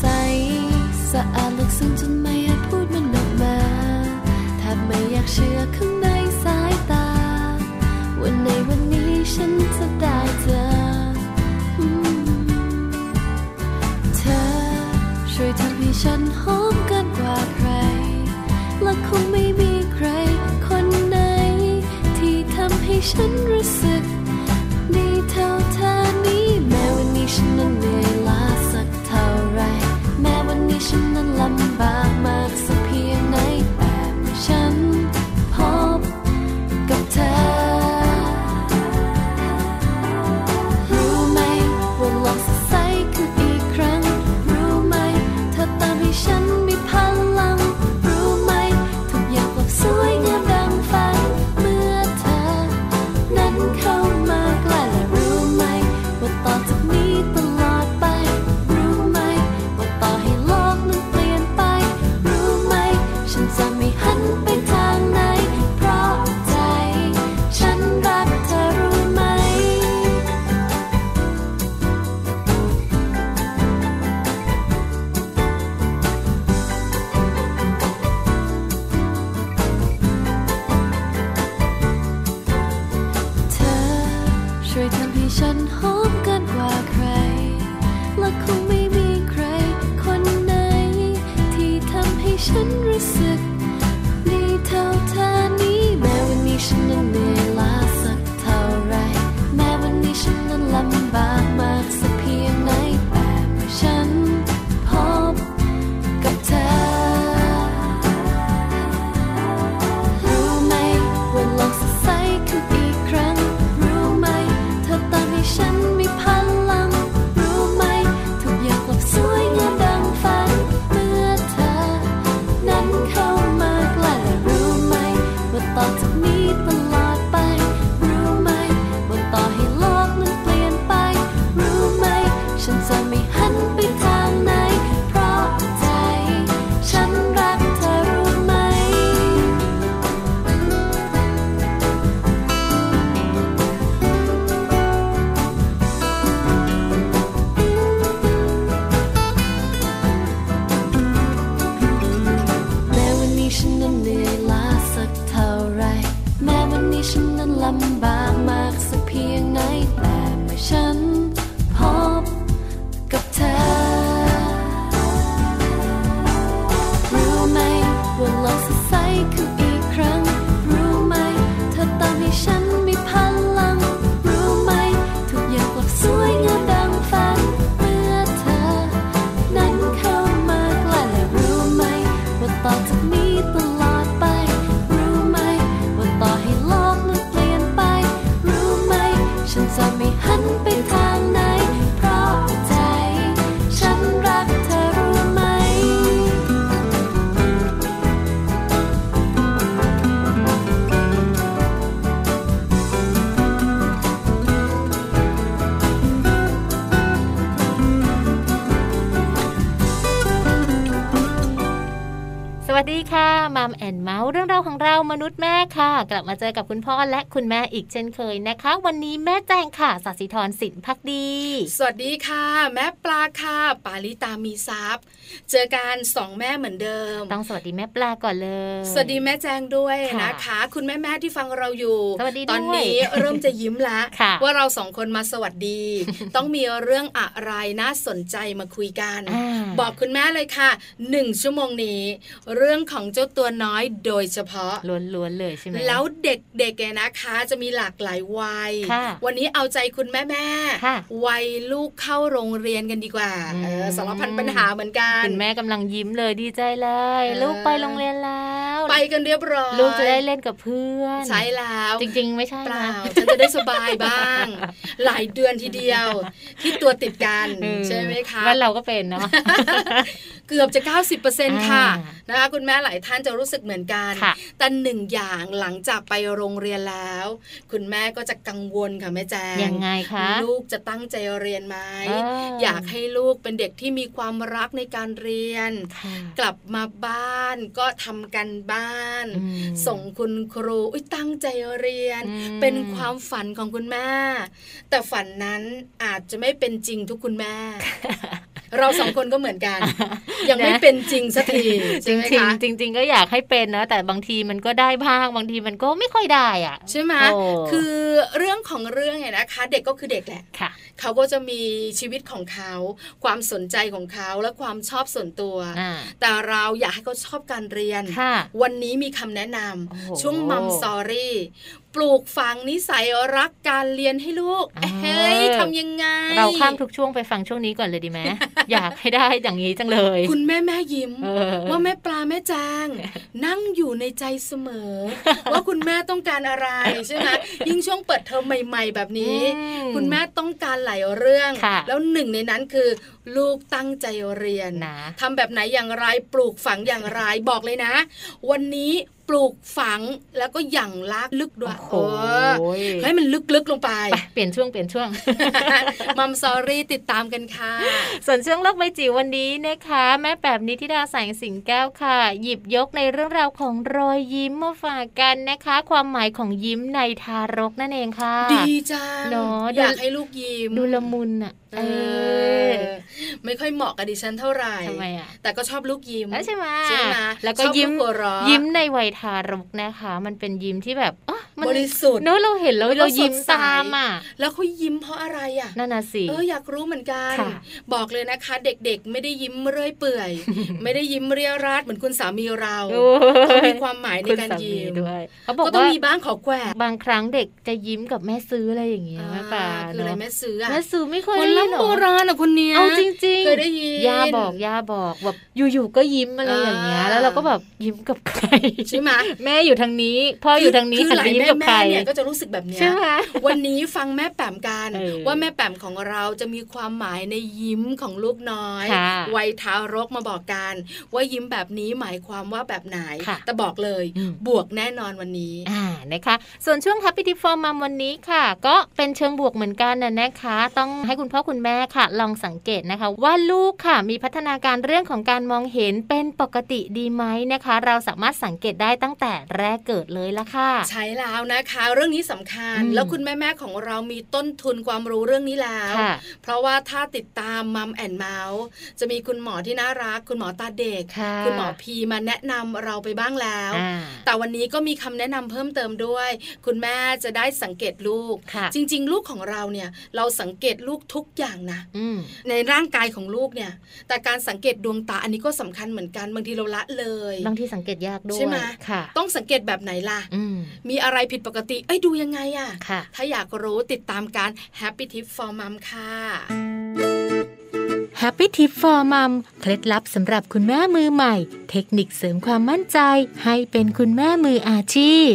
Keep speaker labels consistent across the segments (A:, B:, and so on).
A: ใสสะอาดลึกซึ้งจนไม่อาจพูดมันออกมาแทบไม่อยากเชื่อข้างในสายตา วันในวันนี้ฉันจะได้เจออืมเธอช่วยทำให้ฉันหอมเกินกว่าใคร และคงไม่มีใครคนไหน ที่ทำให้ฉันรู้สึก ดีเท่าเธอนี้แม้วันนี้ฉันนั้นเหนื่อยล้าสักเท่าไร แม้วันนี้ฉันนั้นลำบากมากสักเพียงไหนแต่ฉันพบกับเธอ รู้ไหมว่าลองสดใสขึ้นอีกครั้ง รู้ไหมเธอตามให้ฉันมีพลัง รู้ไหมทุกอย่างกลับสวยงามดังฝันเมื่อเธอ นั้นเข้ามาใกล้และรู้ไหม ว่าต่อจากนี้ตลอดไป รู้ไหม ว่าต่อให้โลกนั้นเปลี่ยนไป รู้ไหม ฉันจะไม่หันไปทางไหน เพราะใจ ฉันรักเธอรู้ไหม เธอช่วยทำให้ฉันหอมเกินกว่าใคร และคงไม่มีใครคนไหน ที่ทำให้ฉันรู้สึก ดีเท่าเธอนี้แม้วันนี้ฉันนั้นเหนื่อยล้าสักเท่าไร แม้วันนี้ฉันนั้นลำบากมากสักเพียงไหนแต่เมื่อฉันพบกับเธอ รู้ไหมว่าโลกสดใสขึ้นอีกครั้ง รู้ไหม เธอตามให้ฉันมีพลัง รู้ไหม ทุกอย่างกลับสวยงามดังฝัน เมื่อเธอ นั้นเข้ามาใกล้และรู้ไหม ว่าต่อจากนี้ตลอดไป รู้ไหม ว่าต่อให้โลกนั้นเปลี่ยนไป รู้ไหม ฉันจะไม่หันไปทางไหน เพราะใจ ฉันรักเธอรู้ไหม แม้วันนี้ฉันนั้นเหนื่อยล้าสักเท่าไร แม้วันนี้ฉันนั้นลำบากมากสักเพียงไหน แต่เมื่อฉันพบกับเธอ รู้ไหมว่าโลกสดใสขึ้นอีกครั้ง รู้ไหม เธอตามให้ฉันมีพลัง รู้ไหม ทุกอย่างกลับสวยงามดังฝัน เมื่อเธอ นั้นเข้ามาใกล้และรู้ไหม ว่าต่อจากนี้ตลอดไป รู้ไหม ว่าต่อให้โลกนั้นเปลี่ยนไป รู้ไหม ฉันจะไม่หันไปทางไหน เพราะใจ ฉันรักเธอรู้ไหม
B: สวัสดีค่ะมัมแอนเมาส์เรื่องราวของเรามนุษย์แม่ค่ะ กลับมาเจอกับคุณพ่อและคุณแม่อีกเช่นเคยนะคะ วันนี้แม่แจงค่ะสัสิธรสินพักดี
C: สวัสดีค่ะ แม่ปลาค่ะ ปาลิตามีซัพย์ เจอกันสองแม่เหมือนเดิม
B: ต้องสวัสดีแม่ปลาก่อนเลย
C: สวัสดีแม่แจงด้วย
B: ค่ะ
C: นะคะ คุณแม่แม่ๆที่ฟังเราอยู่
B: สวัสดีด้วย
C: ตอนนี้เริ่มจะยิ้มละ
B: ค่ะ
C: ว่าเราสองคนมาสวัสดี ต้องมีเรื่องอะไรน่าสนใจมาคุยกัน
B: า
C: บอกคุณแม่เลยค่ะหนึ่งชั่วโมงนี้ เรื่องของเจ้าตัวน้อยโดยเฉพาะ
B: ล้วนๆเลยใช่ไหม
C: แล้วเด็กๆเนี่ยนะคะจะมีหลากหลายวัย
B: ค่ะ
C: วันนี้เอาใจคุณแม่แม่ๆ
B: ค่ะ
C: วัยลูกเข้าโรงเรียนกันดีกว่า
B: อืม
C: เออสารพันปัญหาเหมือนกัน
B: คุณแม่กำลังยิ้มเลยดีใจเลย
C: เออ
B: ลูกไปโรงเรียนแล้ว
C: ไป กันเรียบร้อย
B: ลูกจะได้เล่นกับเพื่อน
C: ใช่แล้ว
B: จริง ๆ ไม่ใช่
C: เปล่า
B: นะ
C: ฉันจะได้สบายบ้าง หลายเดือนทีเดียว ที่ตัวติดกัน
B: เออ
C: ใช่ไหมคะ
B: บ้านเราก็เป็นเนาะ
C: เกือบจะ 90%
B: อ่า
C: ค่ะ
B: น
C: นะคะคุณแม่หลายท่านจะรู้สึกเหมือนกัน
B: ค่ะ
C: แต่หนึ่งอย่างหลังจากไปโรงเรียนแล้ว คุณแม่ก็จะกังวลค่ะแม่แจง
B: ยังไงคะ
C: ลูกจะตั้งใจเรียนไหม
B: เอ
C: อยากให้ลูกเป็นเด็กที่มีความรักในการเรียน
B: ค่ะ
C: กลับมาบ้านก็ทำกันบ้าน
B: อืม
C: ส่งคุณครูอุยตั้งใจเรียน
B: อืม
C: เป็นความฝันของคุณแม่ แต่ฝันนั้นอาจจะไม่เป็นจริงทุกคุณแม่ เราสองคนก็เหมือนกัน ยังไม่เป็นจริงสักที
B: จ
C: ใช่
B: ริงจ
C: ไหม
B: ริง
C: คะ
B: จริง ๆ ก็อยากให้เป็นนะแต่บางทีมันก็ได้บ้างบางทีมันก็ไม่ค่อยได้อ่ะ
C: ใช่ไหม
B: โอ้
C: คือเรื่องของเรื่องเนี่ยนะคะ เด็กก็คือเด็กแหละ
B: ค่ะ
C: เขาก็จะมีชีวิตของเขา ความสนใจของเขาและความชอบส่วนตัว
B: อ่า
C: แต่เราอยากให้เขาชอบการเรียน
B: ค่ะ
C: วันนี้มีคำแนะนำ
B: โอ้โห
C: ช่วงมัมสอรี่ปลูกฝังนิสัยรักการเรียนให้ลูก
B: อ่า
C: เฮ้ยทำยังไง
B: เราข้ามทุกช่วงไปฟังช่วงนี้ก่อนเลยดี ไหม อยากให้ได้อย่างนี้จังเลย
C: คุณแม่แม่ยิ้ม
B: เออ
C: ว่าแม่ปลาแม่จาง นั่งอยู่ในใจเสมอ ว่าคุณแม่ต้องการอะไรใช่ไหมยิ่งช่วงเปิดเทอมใหม่ ๆ แบบนี้
B: อืม
C: คุณแม่ต้องการหลายเรื่อง
B: ค่ะ
C: แล้วหนึ่งในนั้นคือ ลูกตั้งใจเรียน
B: นะ
C: ทำแบบไหนอย่างไรปลูกฝังอย่างไรบอกเลยนะ วันนี้ปลูกฝังแล้วก็อย่างลากลึกด้ว
B: โอ้
C: ย
B: โห
C: เออให้มันลึกๆลง ไป
B: ไปเปลี่ยนช่วงเปลี่ยนช่วง
C: มัมซอรี่ติดตามกันค่ะ
B: ส่วนช่วงโลกใบจิ๋ววันนี้นะคะ แม่แบบนิธิดาแสงสิงแก้วค่ะ หยิบยกในเรื่องราวของรอยยิ้มมาฝากกันนะคะ ความหมายของยิ้มในทารกนั่นเองค่ะ
C: ดีจัง
B: เนอะดู
C: อยากให้ลูกยิ้ม
B: ดูละมุนอ่ะ
C: เออไม่ค่อยเหมาะกับดิฉันเท่าไหร่
B: ทำไมอ่ะ
C: แต่ก็ชอบลูกยิ้ม
B: เอ้ยใช่ไหม
C: ใช่ไหม
B: แล้วก็
C: ชอบ
B: ยิ้ม
C: ลูกหัวเราะ
B: ยิ้มในวัยทารกนะคะ มันเป็นยิ้มที่แบบอ๊ะมั
C: บริสุทธิ์
B: เนอะเราเห็นแล้ว
C: แล้วก็
B: เรายิ้ม
C: สดใส
B: ตามอ่ะ
C: แล้วเขายิ้มเพราะอะไรอ่ะ
B: นั่นน่ะสิ
C: เอออยากรู้เหมือนกัน
B: ค่ะ
C: บอกเลยนะคะ เด็กๆ ไม่ได้ยิ้มเรื่อยเปื่อย ไม่ได้ยิ้มเรียราดเหมือนคุณสามีเรา
B: โอ้ย
C: เขามีความหมายใน
B: คุณ
C: การ
B: สามี
C: ยิ้ม
B: ด้วยเขาบอก
C: ก็ต้อง
B: ว่า
C: มีบ้างขอแกวะ
B: บางครั้งเด็กจะยิ้มกับแม่ซื้ออะไรอย่างเงี้ยแม่ป่า
C: อ่าคืออะไร
B: เนาะ
C: แม่ซื้ออ่ะ
B: แม่ซื้อไม่เคย
C: คน
B: เล่นห
C: ล้ำ
B: ร
C: โบ
B: อ
C: ราณอ่ะคนเนี้ย
B: เอาจริงๆ
C: เคยได้ยิน
B: ย่าบอกย่าบอกแบบอยู่ๆก็ยิ้มอะไรอย่างเงี้ย
C: อ่า
B: แล้วเราก็แบบยิ้มกับใคร
C: ใช่ไหม
B: แม่อยู่ทางนี้พ่ออยู่ทางนี้
C: คื
B: หัน
C: หลา
B: ไป
C: ย
B: ยิ้ม
C: แม่
B: กับใคร
C: แม่เนี่ยก็จะรู้สึกแบบเนี้ย
B: ใช่ไหม
C: วันนี้ฟังแม่แปมกัน
B: เออ
C: ว่าแม่แปมของเราจะมีความหมายในยิ้มของลูกน้อย
B: ค่ะ
C: วัยทารกมาบอกกัน ว่ายิ้มแบบนี้หมายความว่าแบบไหน
B: ค่ะ
C: แต่บอกเลย
B: อืม
C: บวกแน่นอนวันนี้
B: อ่านะคะ ส่วนช่วง Happy Tip for Mom วันนี้ค่ะ ก็เป็นเชิงบวกเหมือนกันนะนะคะ ต้องให้คุณพ่อคุณแม่ค่ะ ลองสังเกตนะคะ ว่าลูกค่ะมีพัฒนาการเรื่องของการมองเห็นเป็นปกติดีไหมนะคะ เราสามารถสังเกตได้ตั้งแต่แรกเกิดเลยละค่ะ
C: ใช้แล้วนะคะ เรื่องนี้สำคัญ
B: อืม
C: แล้วคุณแม่แม่ๆของเรามีต้นทุนความรู้เรื่องนี้แล้ว
B: ค่ะ
C: เพราะว่าถ้าติดตามมัมแอนเมาส์จะมีคุณหมอที่น่ารัก คุณหมอตาเด็ก
B: ค่ะ
C: ณหมอพีมาแนะนำเราไปบ้างแล้ว
B: อ่า
C: แต่วันนี้ก็มีคำแนะนำเพิ่มเติมด้วย คุณแม่จะได้สังเกตลูก
B: ค่ะ
C: จริง ๆ ลูกของเราเนี่ยเราสังเกตลูกทุกอย่างนะ
B: อืม
C: ในร่างกายของลูกเนี่ย แต่การสังเกตดวงตาอันนี้ก็สำคัญเหมือนกันบางทีเราละเลย
B: บางทีสังเกตยากด้วย
C: ใช่ไหม
B: ค่ะ
C: ต้องสังเกตแบบไหนล่ะ
B: อืม
C: มีอะไรผิดปกติ เอ้ยดูยังไงอะ
B: ค่ะ
C: ถ้าอยากรู้ติดตามการ Happy Tip for Mom ค่ะ
D: Happy Tip for Mom เคล็ดลับสำหรับคุณแม่มือใหม่ เทคนิคเสริมความมั่นใจ ให้เป็นคุณแม่มืออาชีพ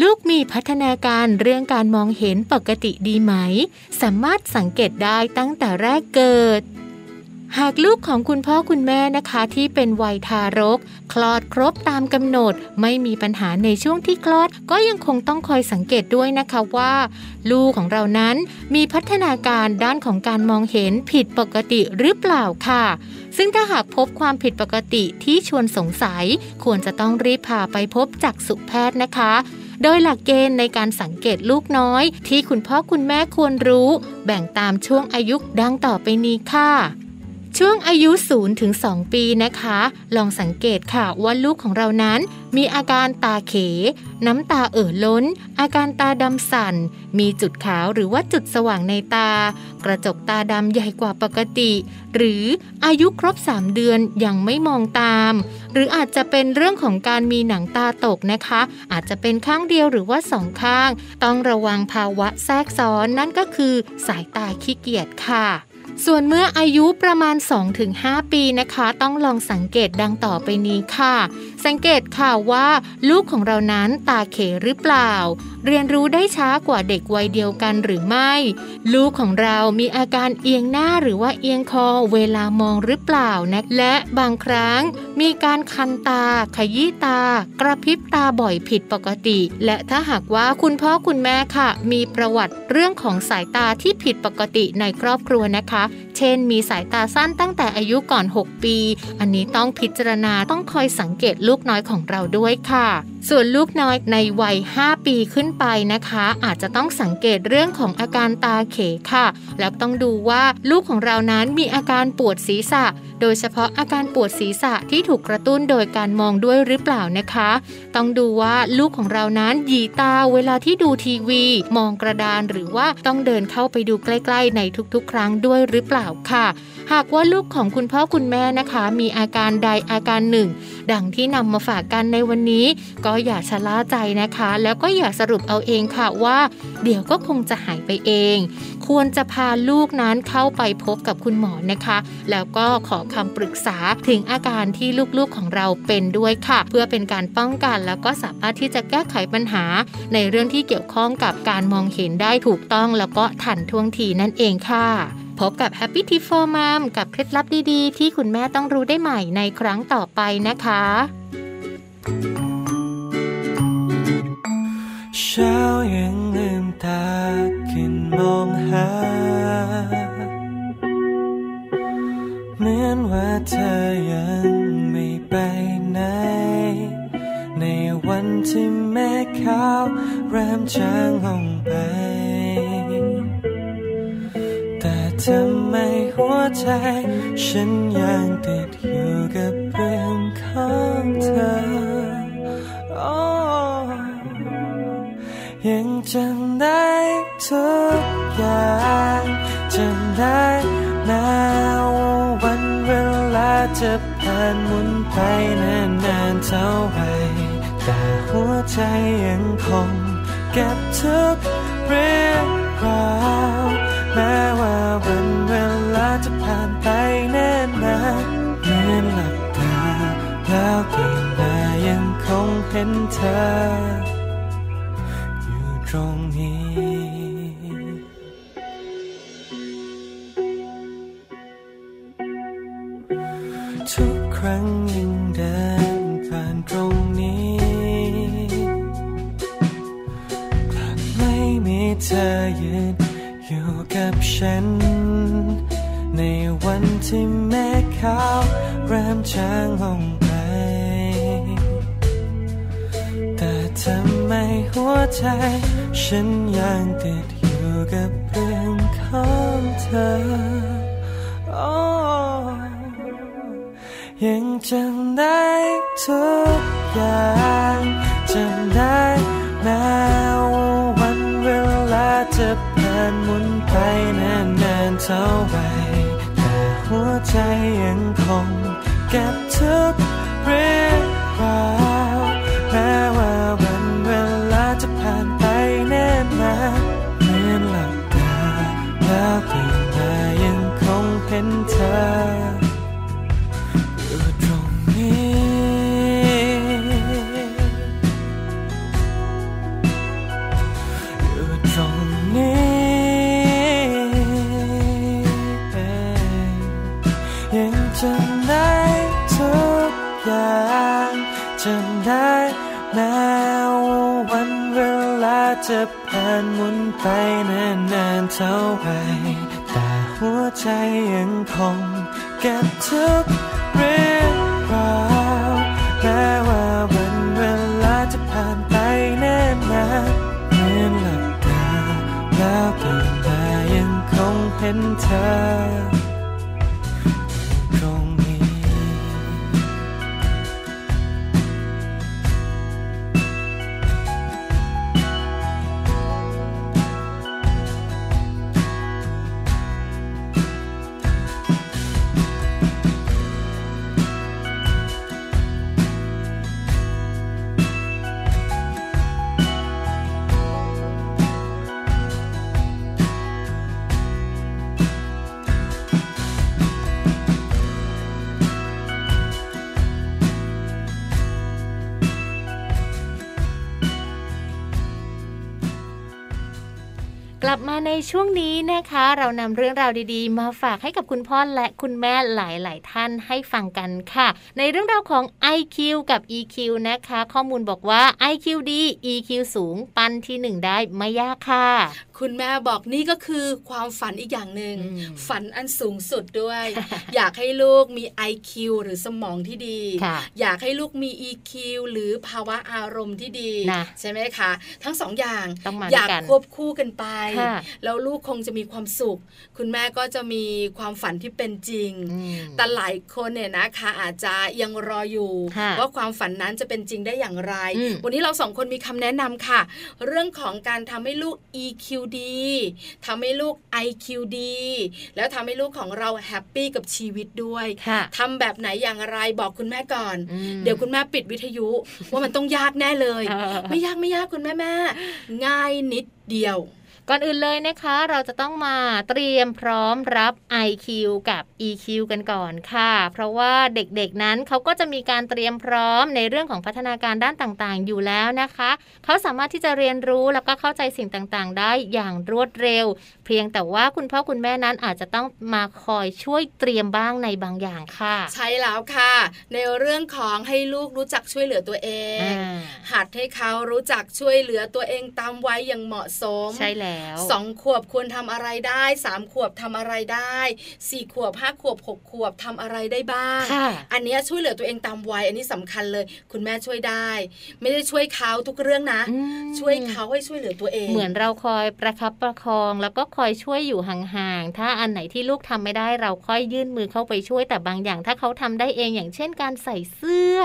D: ลูกมีพัฒนาการเรื่องการมองเห็นปกติดีไหม สามารถสังเกตได้ตั้งแต่แรกเกิด หากลูกของคุณพ่อคุณแม่นะคะที่เป็นวัยทารก คลอดครบตามกำหนด ไม่มีปัญหาในช่วงที่คลอด ก็ยังคงต้องคอยสังเกตด้วยนะคะว่า ลูกของเรานั้นมีพัฒนาการด้านของการมองเห็นผิดปกติหรือเปล่าค่ะ ซึ่งถ้าหากพบความผิดปกติที่ชวนสงสัย ควรจะต้องรีบพาไปพบจักษุแพทย์นะคะ โดยหลักเกณฑ์ในการสังเกตลูกน้อย ที่คุณพ่อคุณแม่ควรรู้ แบ่งตามช่วงอายุดังต่อไปนี้ค่ะ ช่วงอายุ0ถึง2ปีนะคะ ลองสังเกตค่ะว่าลูกของเรานั้น มีอาการตาเข น้ำตาเอ่อล้น อาการตาดำสั่น มีจุดขาวหรือว่าจุดสว่างในตา กระจกตาดำใหญ่กว่าปกติ หรืออายุครบ 3 เดือนยังไม่มองตาม หรืออาจจะเป็นเรื่องของการมีหนังตาตกนะคะ อาจจะเป็นข้างเดียวหรือว่าสองข้าง ต้องระวังภาวะแทรกซ้อนนั่นก็คือ สายตาขี้เกียจค่ะ
B: ส่วนเมื่ออายุประมาณ 2-5 ปีนะคะ ต้องลองสังเกตดังต่อไปนี้ค่ะ สังเกตค่ะว่า ลูกของเรานั้นตาเขหรือเปล่า เรียนรู้ได้ช้ากว่าเด็กวัยเดียวกันหรือไม่ ลูกของเรามีอาการเอียงหน้าหรือว่าเอียงคอเวลามองหรือเปล่านะ และบางครั้งมีการคันตา ขยี้ตา กระพริบตาบ่อยผิดปกติ และถ้าหากว่าคุณพ่อคุณแม่ค่ะ มีประวัติเรื่องของสายตาที่ผิดปกติในครอบครัวนะคะ เช่น มีสายตาสั้นตั้งแต่อายุก่อน 6 ปี อันนี้ต้องพิจารณาต้องคอยสังเกตลูกน้อยของเราด้วยค่ะ ส่วนลูกน้อยในวัย 5 ปีขึ้นไปนะคะ อาจจะต้องสังเกตเรื่องของอาการตาเขค่ะ แล้วต้องดูว่าลูกของเรานั้นมีอาการปวดศีรษะ โดยเฉพาะอาการปวดศีรษะที่ถูกกระตุ้นโดยการมองด้วยหรือเปล่านะคะ ต้องดูว่าลูกของเรานั้นหยีตาเวลาที่ดูทีวี มองกระดานหรือว่าต้องเดินเข้าไปดูใกล้ๆ ในทุกๆ ครั้งด้วยหรือเปล่าค่ะ หากว่าลูกของคุณพ่อคุณแม่นะคะ มีอาการใดอาการหนึ่ง ดังที่นำมาฝากกันในวันนี้ ก็อย่าชะล่าใจนะคะ แล้วก็อย่าสรุปเอาเองค่ะว่า เดี๋ยวก็คงจะหายไปเอง ควรจะพาลูกนั้นเข้าไปพบกับคุณหมอนะคะ แล้วก็ขอคำปรึกษาถึงอาการที่ลูกๆของเราเป็นด้วยค่ะ เพื่อเป็นการป้องกันแล้วก็สามารถที่จะแก้ไขปัญหา ในเรื่องที่เกี่ยวข้องกับการมองเห็นได้ถูกต้องแล้วก็ทันท่วงทีนั่นเองค่ะ พบกับ Happy t i p for Mom กับเคล็ดลับดีๆ ที่คุณแม่ต้องรู้ได้ใหม่ในครั้งต่อไปนะคะ
E: เช้ายังลืมตาขึ้นมองหา เหมือนว่าเธอยังไม่ไปไหน ในวันที่แม่ขาวเริ่มจางลงไป แต่ทำไมหัวใจ ฉันยังติดอยู่กับเรื่องของเธอ Oh ยังจำได้ทุกอย่างจำได้นะว่าวันเวลาจะผ่านหมุนไปนานนานๆเท่าไหรแต่หัวใจยังคงเก็บทุกเรื่องราวแม้ว่าวันเวลาจะผ่านไปแน่นานเหมือนหลับตาแล้วตื่นมายังคงเห็นเธอ อยู่ตรงนี้ ทุกครั้งยังเดินผ่านตรงนี้กลับไม่มีเธอยืนอยู่กับฉัน ในวันที่แม่ขาวเริ่มจางลงไป แต่ทำไมหัวใจ ฉันยังติดอยู่กับเรื่องของเธอ Oh ยังจำได้ทุกอย่างจำได้แม้ว่าวันเวลาจะผ่านหมุนไปนานนานๆเท่าไหรแต่หัวใจยังคงเก็บทุกเรื่องราว แม้ว่าวันเวลาจะผ่านไปแน่นานเหมือนหลับตาแล้วตื่นมายังคงเห็นเธอ อยู่ตรงนี้ อยู่ตรงนี้ ยังจำได้ทุกอย่างจำได้แม้ว่าวันเวลาจะผ่านหมุนไปนานนานๆเท่าไหรแต่หัวใจยังคงเก็บทุกเรื่องราวแม้ว่าวันเวลาจะผ่านไปแน่นานเหมือนหลับตาแล้วตื่นมายังคงเห็นเธอ ตรงนี้
F: เ
B: กลับมาในช่วงนี้นะคะ เรานำเรื่องราวดีๆ มาฝากให้กับคุณพ่อและคุณแม่หลายๆ ท่านให้ฟังกันค่ะ ในเรื่องราวของ IQ กับ EQ นะคะ ข้อมูลบอกว่า IQ ดี EQ สูง ปันที่หนึ่งได้ไม่ยากค่ะ
C: คุณแม่บอกนี่ก็คือความฝันอีกอย่างหนึ่ง
B: อืม
C: ฝันอันสูงสุดด้วย อยากให้ลูกมี IQ หรือสมองที่ดี
B: ค่ะ
C: อยากให้ลูกมี EQ หรือภาวะอารมณ์ที่ดี
B: นะ
C: ใช่ไหมคะ ทั้งสองอย่าง
B: ต้องมา
C: อยาก
B: ด้วยกัน
C: ควบคู่กันไป
B: ค่ะ
C: แล้วลูกคงจะมีความสุข คุณแม่ก็จะมีความฝันที่เป็นจริง
B: อืม
C: แต่หลายคนเนี่ยนะคะอาจจะยังรออยู่
B: ค่ะ
C: ว่าความฝันนั้นจะเป็นจริงได้อย่างไร
B: อืม
C: วันนี้เราสองคนมีคำแนะนำค่ะ เรื่องของการทำให้ลูก EQ ดีทำให้ลูก IQ ดีแล้วทำให้ลูกของเราแฮปปี้กับชีวิตด้วย
B: ค่ะ
C: ทำแบบไหนอย่างไรบอกคุณแม่ก่อน
B: อืม
C: เดี๋ยวคุณแม่ปิดวิทยุ ว่ามันต้องยากแน่เลย
B: เออ
C: ไม่ยากไม่ยากคุณแม่แม่ง่ายนิดเดียว
B: ก่อนอื่นเลยนะคะ เราจะต้องมาเตรียมพร้อมรับ IQ กับ EQ กันก่อนค่ะ เพราะว่าเด็กๆนั้นเขาก็จะมีการเตรียมพร้อมในเรื่องของพัฒนาการด้านต่างๆ อยู่แล้วนะคะ เขาสามารถที่จะเรียนรู้แล้วก็เข้าใจสิ่งต่างๆ ได้อย่างรวดเร็ว เพียงแต่ว่าคุณพ่อคุณแม่นั้นอาจจะต้องมาคอยช่วยเตรียมบ้างในบางอย่างค่ะ
C: ใช่แล้วค่ะ ในเรื่องของให้ลูกรู้จักช่วยเหลือตัวเอง
B: อ่า
C: หัดให้เขารู้จักช่วยเหลือตัวเองตามวัยอย่างเหมาะสม
B: ใช่แล้ว
C: สองขวบควรทำอะไรได้สามขวบทำอะไรได้สี่ขวบห้าขวบหกขวบทำอะไรได้บ้าง
B: ค่ะ
C: อันเนี้ยช่วยเหลือตัวเองตามวัย อันนี้สำคัญเลย คุณแม่ช่วยได้ ไม่ได้ช่วยเขาทุกเรื่องนะ
B: อืม
C: ช่วยเขาให้ช่วยเหลือตัวเอง
B: เหมือนเราคอยประคับประคอง แล้วก็คอยช่วยอยู่ห่างๆ ถ้าอันไหนที่ลูกทำไม่ได้เราค่อยยื่นมือเข้าไปช่วยแต่บางอย่าง ถ้าเขาทำได้เองอย่างเช่น การใส่เสื้อ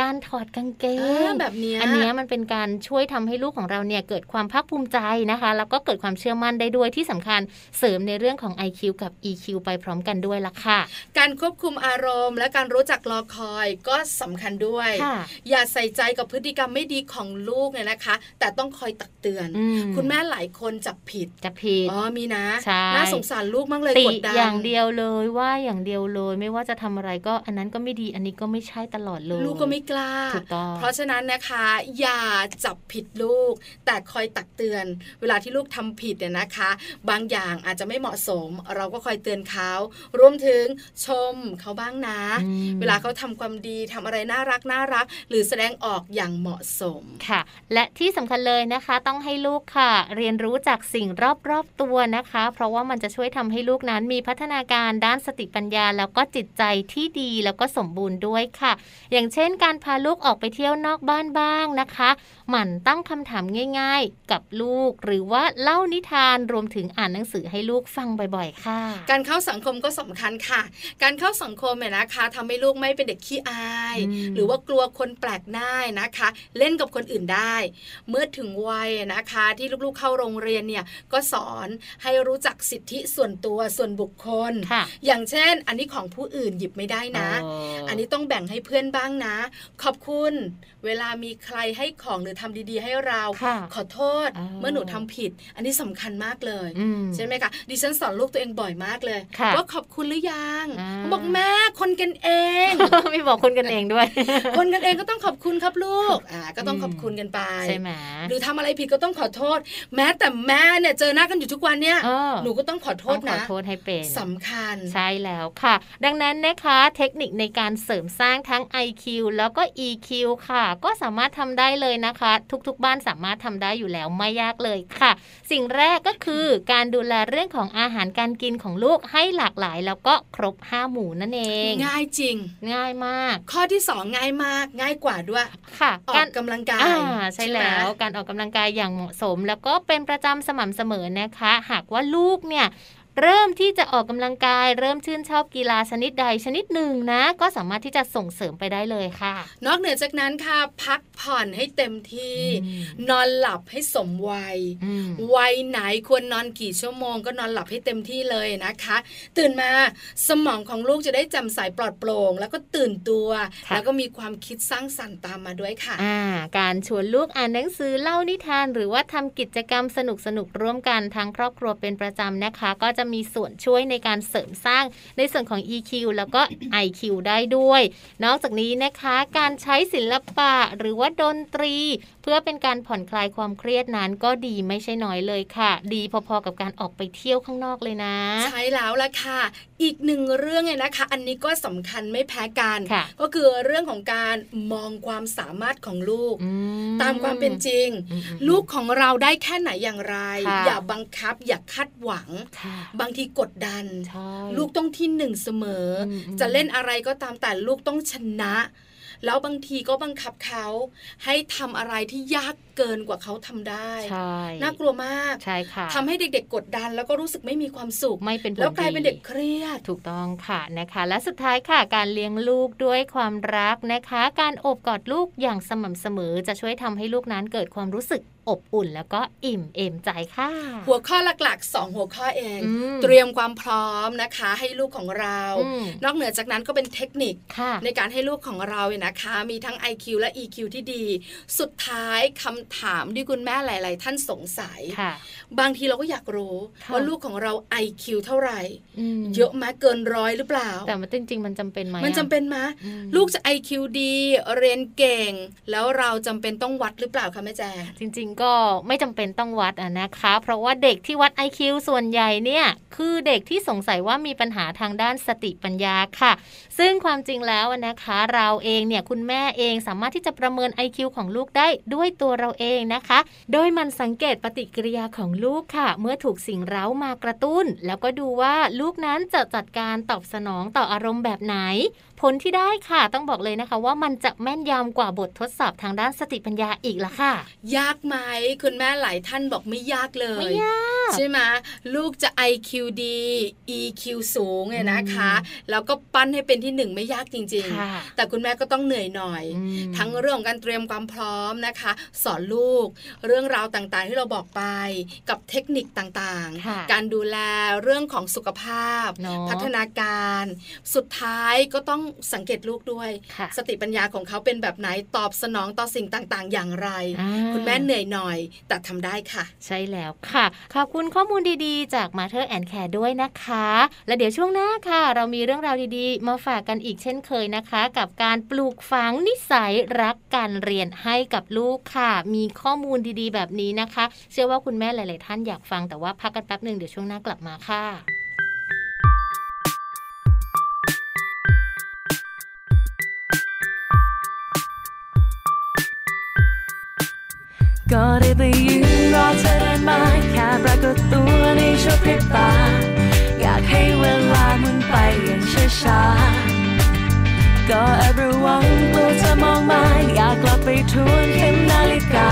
B: การถอดกางเก
C: เอง อแบบเนี้ย
B: อันเนี้ยมันเป็นการช่วยทำให้ลูกของเราเนี่ยเกิดความภาคภูมิใจนะคะ แล้วก็เกิดความเชื่อมั่นได้ด้วยที่สำคัญเสริมในเรื่องของ IQ กับ EQ ไปพร้อมกันด้วยละค่ะ
C: การควบคุมอารมณ์ และการรู้จักรอคอยก็สำคัญด้วย
B: ค่ะ
C: อย่าใส่ใจกับพฤติกรรมไม่ดีของลูกเนี่ยนะคะ แต่ต้องคอยตักเตือน
B: อืม
C: คุณแม่หลายคนจับผิด
B: จะผิด
C: อ๋อมีนะ
B: ใช่
C: น่าสงสารลูกมากเลย
B: ติ
C: กดดัน
B: อย่างเดียวเลยว่าอย่างเดียวเลยไม่ว่าจะทำอะไรก็อันนั้นก็ไม่ดีอันนี้ก็ไม่ใช่ตลอดเลย
C: ลูกก็ไม่กล้า
B: ถูกต้อง
C: เพราะฉะนั้นนะคะ อย่าจับผิดลูก แต่คอยตักเตือน เวลาที่ลูกทำผิดเนี่ยนะคะ บางอย่างอาจจะไม่เหมาะสม เราก็คอยเตือนเขารวมถึงชมเขาบ้างนะ
B: อืม
C: เวลาเขาทำความดีทำอะไรน่ารักน่ารัก หรือแสดงออกอย่างเหมาะสม
B: ค่ะและที่สำคัญเลยนะคะต้องให้ลูกค่ะ เรียนรู้จากสิ่งรอบๆตัวนะคะ เพราะว่ามันจะช่วยทำให้ลูกนั้นมีพัฒนาการด้านสติปัญญา แล้วก็จิตใจที่ดีแล้วก็สมบูรณ์ด้วยค่ะ อย่างเช่น การพาลูกออกไปเที่ยวนอกบ้านบ้างนะคะ หมั่นตั้งคำถามง่ายๆ กับลูก หรือว่าเล่านิทานรวมถึงอ่านหนังสือให้ลูกฟังบ่อยๆ ค่ะ
C: การเข้าสังคมก็สำคัญค่ะ การเข้าสังคมเนี่ยนะคะทำให้ลูกไม่เป็นเด็กขี้อาย
B: อืม
C: หรือว่ากลัวคนแปลกหน้านะคะ เล่นกับคนอื่นได้ เมื่อถึงวัยนะคะ ที่ลูกๆเข้าโรงเรียนเนี่ยก็สอนให้รู้จักสิทธิส่วนตัวส่วนบุคคล
B: ค่ะ
C: อย่างเช่น อันนี้ของผู้อื่นหยิบไม่ได้นะ อันนี้ต้องแบ่งให้เพื่อนบ้างนะ ขอบคุณ เวลามีใครให้ของหรือทำดีๆ ให้เรา
B: ค่ะ
C: ขอโทษ
B: อ๋อ
C: เมื่อหนูทำผิด อันนี้สำคัญมากเลย
B: อืม
C: ใช่ไหมคะดิฉันสอนลูกตัวเองบ่อยมากเลย
B: ค่ะ
C: ว่าขอบคุณหรือยัง
B: อ่า
C: บอกแม่คนกันเอง
B: ไม่บอกคนกันเองด้วย
C: คนกันเองก็ต้องขอบคุณครับลูกอ่าก็ต้อง
B: อืม
C: ขอบคุณกันไป
B: ใช่ไหม
C: หรือทำอะไรผิดก็ต้องขอโทษ แม้แต่แม่เนี่ยเจอหน้ากันอยู่ทุกวันเนี่ย
B: เออ
C: หนูก็ต้องขอโท
B: ต้อ
C: ษ
B: งขอ
C: นะ
B: โทษให้เป็น
C: สำคัญ
B: ใช่แล้วค่ะ ดังนั้นนะคะเทคนิคในการเสริมสร้างทั้ง IQ แล้วก็ EQ ค่ะ ก็สามารถทำได้เลยนะคะ ทุกๆบ้านสามารถทำได้อยู่แล้วไม่ยากเลยค่ะ สิ่งแรกก็คือการดูแลเรื่องของอาหารการกินของลูกให้หลากหลาย แล้วก็ครบห้าหมู่นั่นเอง
C: ง่ายจริง
B: ง่ายมาก
C: ข้อที่สองง่ายมาก ง่ายกว่าด้วย
B: ค่ะ
C: ออกกำลังกาย
B: อ่าใช่
C: ไหม
B: แล้วการออกกำลังกายอย่างเหมาะสม แล้วก็เป็นประจำสม่ำเสมอนะคะ หากว่าลูกเนี่ย เริ่มที่จะออกกำลังกาย เริ่มชื่นชอบกีฬาชนิดใดชนิดหนึ่งนะ ก็สามารถที่จะส่งเสริมไปได้เลยค่ะ
C: นอกเหนือจากนั้นค่ะ พักผ่อนให้เต็มที่
B: อืม
C: นอนหลับให้สมวัย
B: อืม
C: วัยไหนควรนอนกี่ชั่วโมงก็นอนหลับให้เต็มที่เลยนะคะ ตื่นมาสมองของลูกจะได้แจำใสายปลอดโปร่ง แล้วก็ตื่นตัว
B: ค่ะ
C: แล้วก็มีความคิดสร้างสรรค์ตามมาด้วยค่ะ
B: อ่าการชวนลูกอ่านหนังสือเล่านิทาน หรือว่าทำกิจกรรมสนุกสนุกๆร่วมกันทั้งครอบครัวเป็นประจำนะคะ ก็จะมีส่วนช่วยในการเสริมสร้างในส่วนของ EQ แล้วก็ IQ ได้ด้วย นอกจากนี้นะคะ การใช้ศิลปะหรือว่าดนตรี เ พื่อเป็นการผ่อนคลายความเครียดนั้นก็ดีไม่ใช่น้อยเลยค่ะ ดีพอๆกับการออกไปเที่ยวข้างนอกเลยนะ
C: ใช่แล้วล่ะค่ะ อีกหนึ่งเรื่องเนี่ยนะคะ อันนี้ก็สำคัญไม่แพ้กัน
B: ค่ะ
C: ก็คือเรื่องของการมองความสามารถของลูก
B: อื
C: ตามความเป็นจริง
B: อืมอืม
C: ลูกของเราได้แค่ไหนอย่างไร
B: ค่ะ
C: อย่าบังคับอย่าคาดหวัง
B: ค่ะ
C: บางทีกดดัน
B: ใช่
C: ลูกต้องที่หนึ่งเสมออ
B: มอืม
C: จะเล่นอะไรก็ตามแต่ลูกต้องชนะ แล้วบางทีก็บังคับเขา ให้ทำอะไรที่ยากเกินกว่าเขาทำได้
B: ใช่
C: น่ากลัวมาก
B: ใช่ค่ะ
C: ทำให้เด็กๆ กดดัน แล้วก็รู้สึกไม่มีความสุข
B: ไม่เป็นผ
C: แล้วกลายเป็นเด็ก
B: ดี
C: เครียด
B: ถูกต้องค่ะนะคะ และสุดท้ายค่ะการเลี้ยงลูกด้วยความรักนะคะ การโอบกอดลูกอย่างสม่ำเสมอจะช่วยทำให้ลูกนั้นเกิดความรู้สึกอบอุ่น แล้วก็อิ่มเอมใจค่ะ
C: หัวข้อหลักๆสองหัวข้อเอง
B: อืม
C: เตรียมความพร้อมนะคะ ให้ลูกของเรา
B: อืม
C: นอกเหนือจากนั้นก็เป็นเทคนิค
B: ค่ะ
C: ในการให้ลูกของเราเนี่ยนะคะ มีทั้ง IQ และ EQ ที่ดี สุดท้ายคำถามที่คุณแม่หลาย ๆ ท่านสงสัย
B: ค่ะ
C: บางทีเราก็อยากรู้
B: ค่ะ
C: ว่าลูกของเรา IQ เท่าไหร่
B: ม
C: เยอะไหมเกินร้อยหรือเปล่า
B: แต่มันจริง ๆ มันจำเป็นไหม
C: มันจำเป็นไหม
B: อะอืม
C: ลูกจะ IQ ดี เรียนเก่ง แล้วเราจำเป็นต้องวัดหรือเปล่าคะแม่แจง
B: จริง ๆ ก็ไม่จำเป็นต้องวัดอะนะคะ เพราะว่าเด็กที่วัด IQ ส่วนใหญ่เนี่ย คือเด็กที่สงสัยว่ามีปัญหาทางด้านสติปัญญาค่ะ ซึ่งความจริงแล้วอะนะคะ เราเองเนี่ยคุณแม่เองสามารถที่จะประเมิน IQ ของลูกได้ด้วยตัวเราเองนะคะ โดยมันสังเกตปฏิกิริยาของลูกค่ะ เมื่อถูกสิ่งเร้ามากระตุ้น แล้วก็ดูว่าลูกนั้นจะจัดการตอบสนองต่ออารมณ์แบบไหน ผลที่ได้ค่ะต้องบอกเลยนะคะ ว่ามันจะแม่นยำกว่าบททดสอบทางด้านสติปัญญาอีกละค่ะ
C: ยากไหมคุณแม่หลายท่านบอกไม่ยากเลย
B: ไม่ยาก
C: ใช่ไหมลูกจะ IQ ดี EQ สูงเนี่ยนะคะ แล้วก็ปั้นให้เป็นที่หนึ่งไม่ยากจริง
B: ค่ะ
C: ๆ แต่คุณแม่ก็ต้องเหนื่อยหน่อย
B: อืม
C: ทั้งเรื่องของการเตรียมความพร้อมนะคะ สอนลูก เรื่องราวต่างๆ ที่เราบอกไปกับเทคนิคต่าง
B: ค่ะ
C: การดูแลเรื่องของสุขภาพ
B: เนาะ
C: พัฒนาการ สุดท้ายก็ต้องสังเกตลูกด้วย
B: ค่ะ
C: สติปัญญาของเขาเป็นแบบไหนตอบสนองต่อสิ่งต่างๆ อย่างไร
B: อ่า
C: คุณแม่เหนื่อยหน่อย แต่ทำได้ค่ะ
B: ใช่แล้วค่ะ ขอบคุณข้อมูลดีๆ จาก m a t e r and Care ด้วยนะคะ และเดี๋ยวช่วงหน้าค่ะ เรามีเรื่องราวดีๆ มาฝากกันอีกเช่นเคยนะคะ กับการปลูกฝังนิสัยรักการเรียนให้กับลูกค่ะ มีข้อมูลดีๆ แบบนี้นะคะ เชื่อว่าคุณแม่หลาย ๆ ท่านอยากฟังแต่ว่าพักกันแป๊บหนึ่งเดี๋ยวช่วงหน้ากลับมาค่ะ
A: ก็ได้แต่ยืนรอเธอเดินมาแค่ปรากฏตัวในชั่วพริบตา อยากให้เวลาหมุนไปอย่างช้าๆก็แอบระวังกลัวเธอมองมาอยากกลับไปทวนเข็มนาฬิกา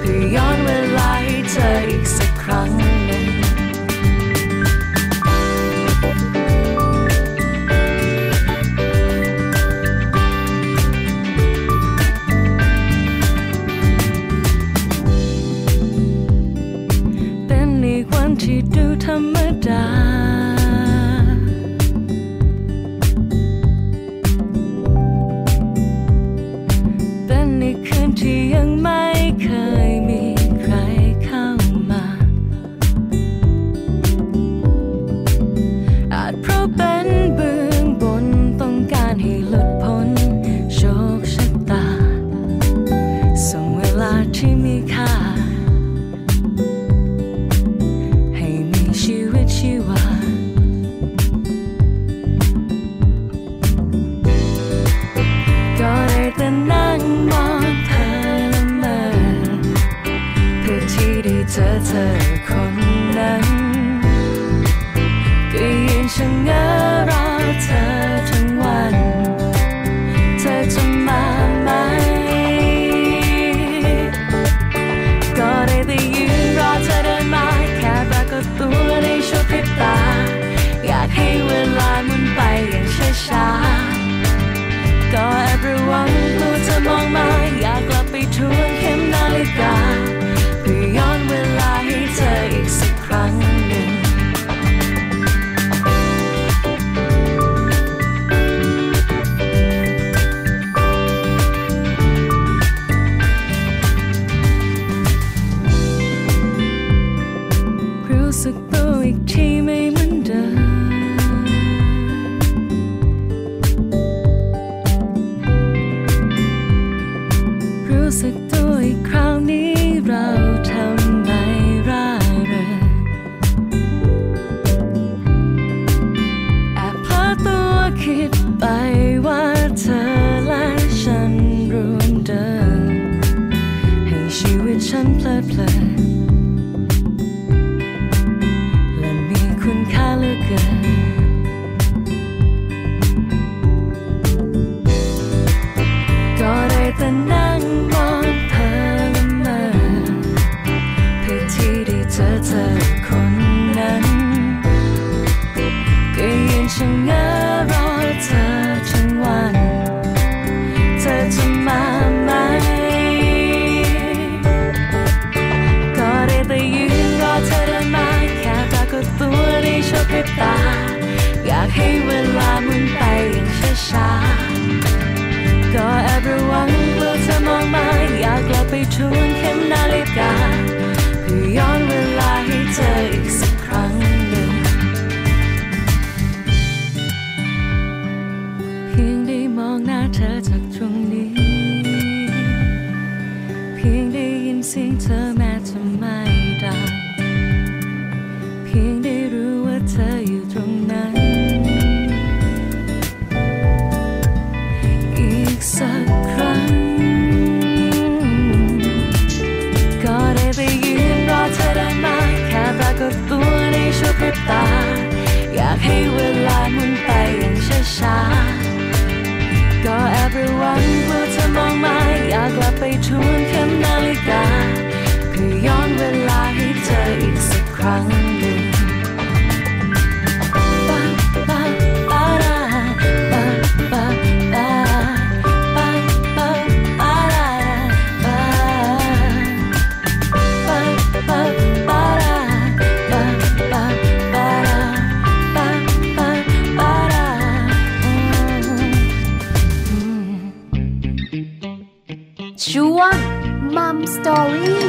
A: เพื่อย้อนเวลาให้เธออีกสักครั้งหนึ่ง เป็นอีกวันที่ดูธรรมดา เป็นอีกคืนที่ยังไม่เคยมีใครเข้ามา ทวนเข็มนาฬิกา เพื่อย้อนเวลาให้เจออีกสักครั้งหนึ่ง เพียงได้มองหน้าเธอจากตรงนี้ เพียงได้ยินเสียงเธอแม้จะไม่ดังเพียงได้รู้ว่าเธออยู่ตรงนั้น อีกสักครั้ง ก็ได้ไปยืนรอเธอได้มาแค่ปรากฏตัวในชั่วพริบตา อยากให้เวลาหมุนไปอย่างช้าๆ ก็แอบระวังกลัวเธอมองมาอยากกลับไปทวนเข็มนาฬิกาเพื่อย้อนเวลาให้เธออีกสักครั้งหนึ่ง
G: ช่วงมัมสตอรี่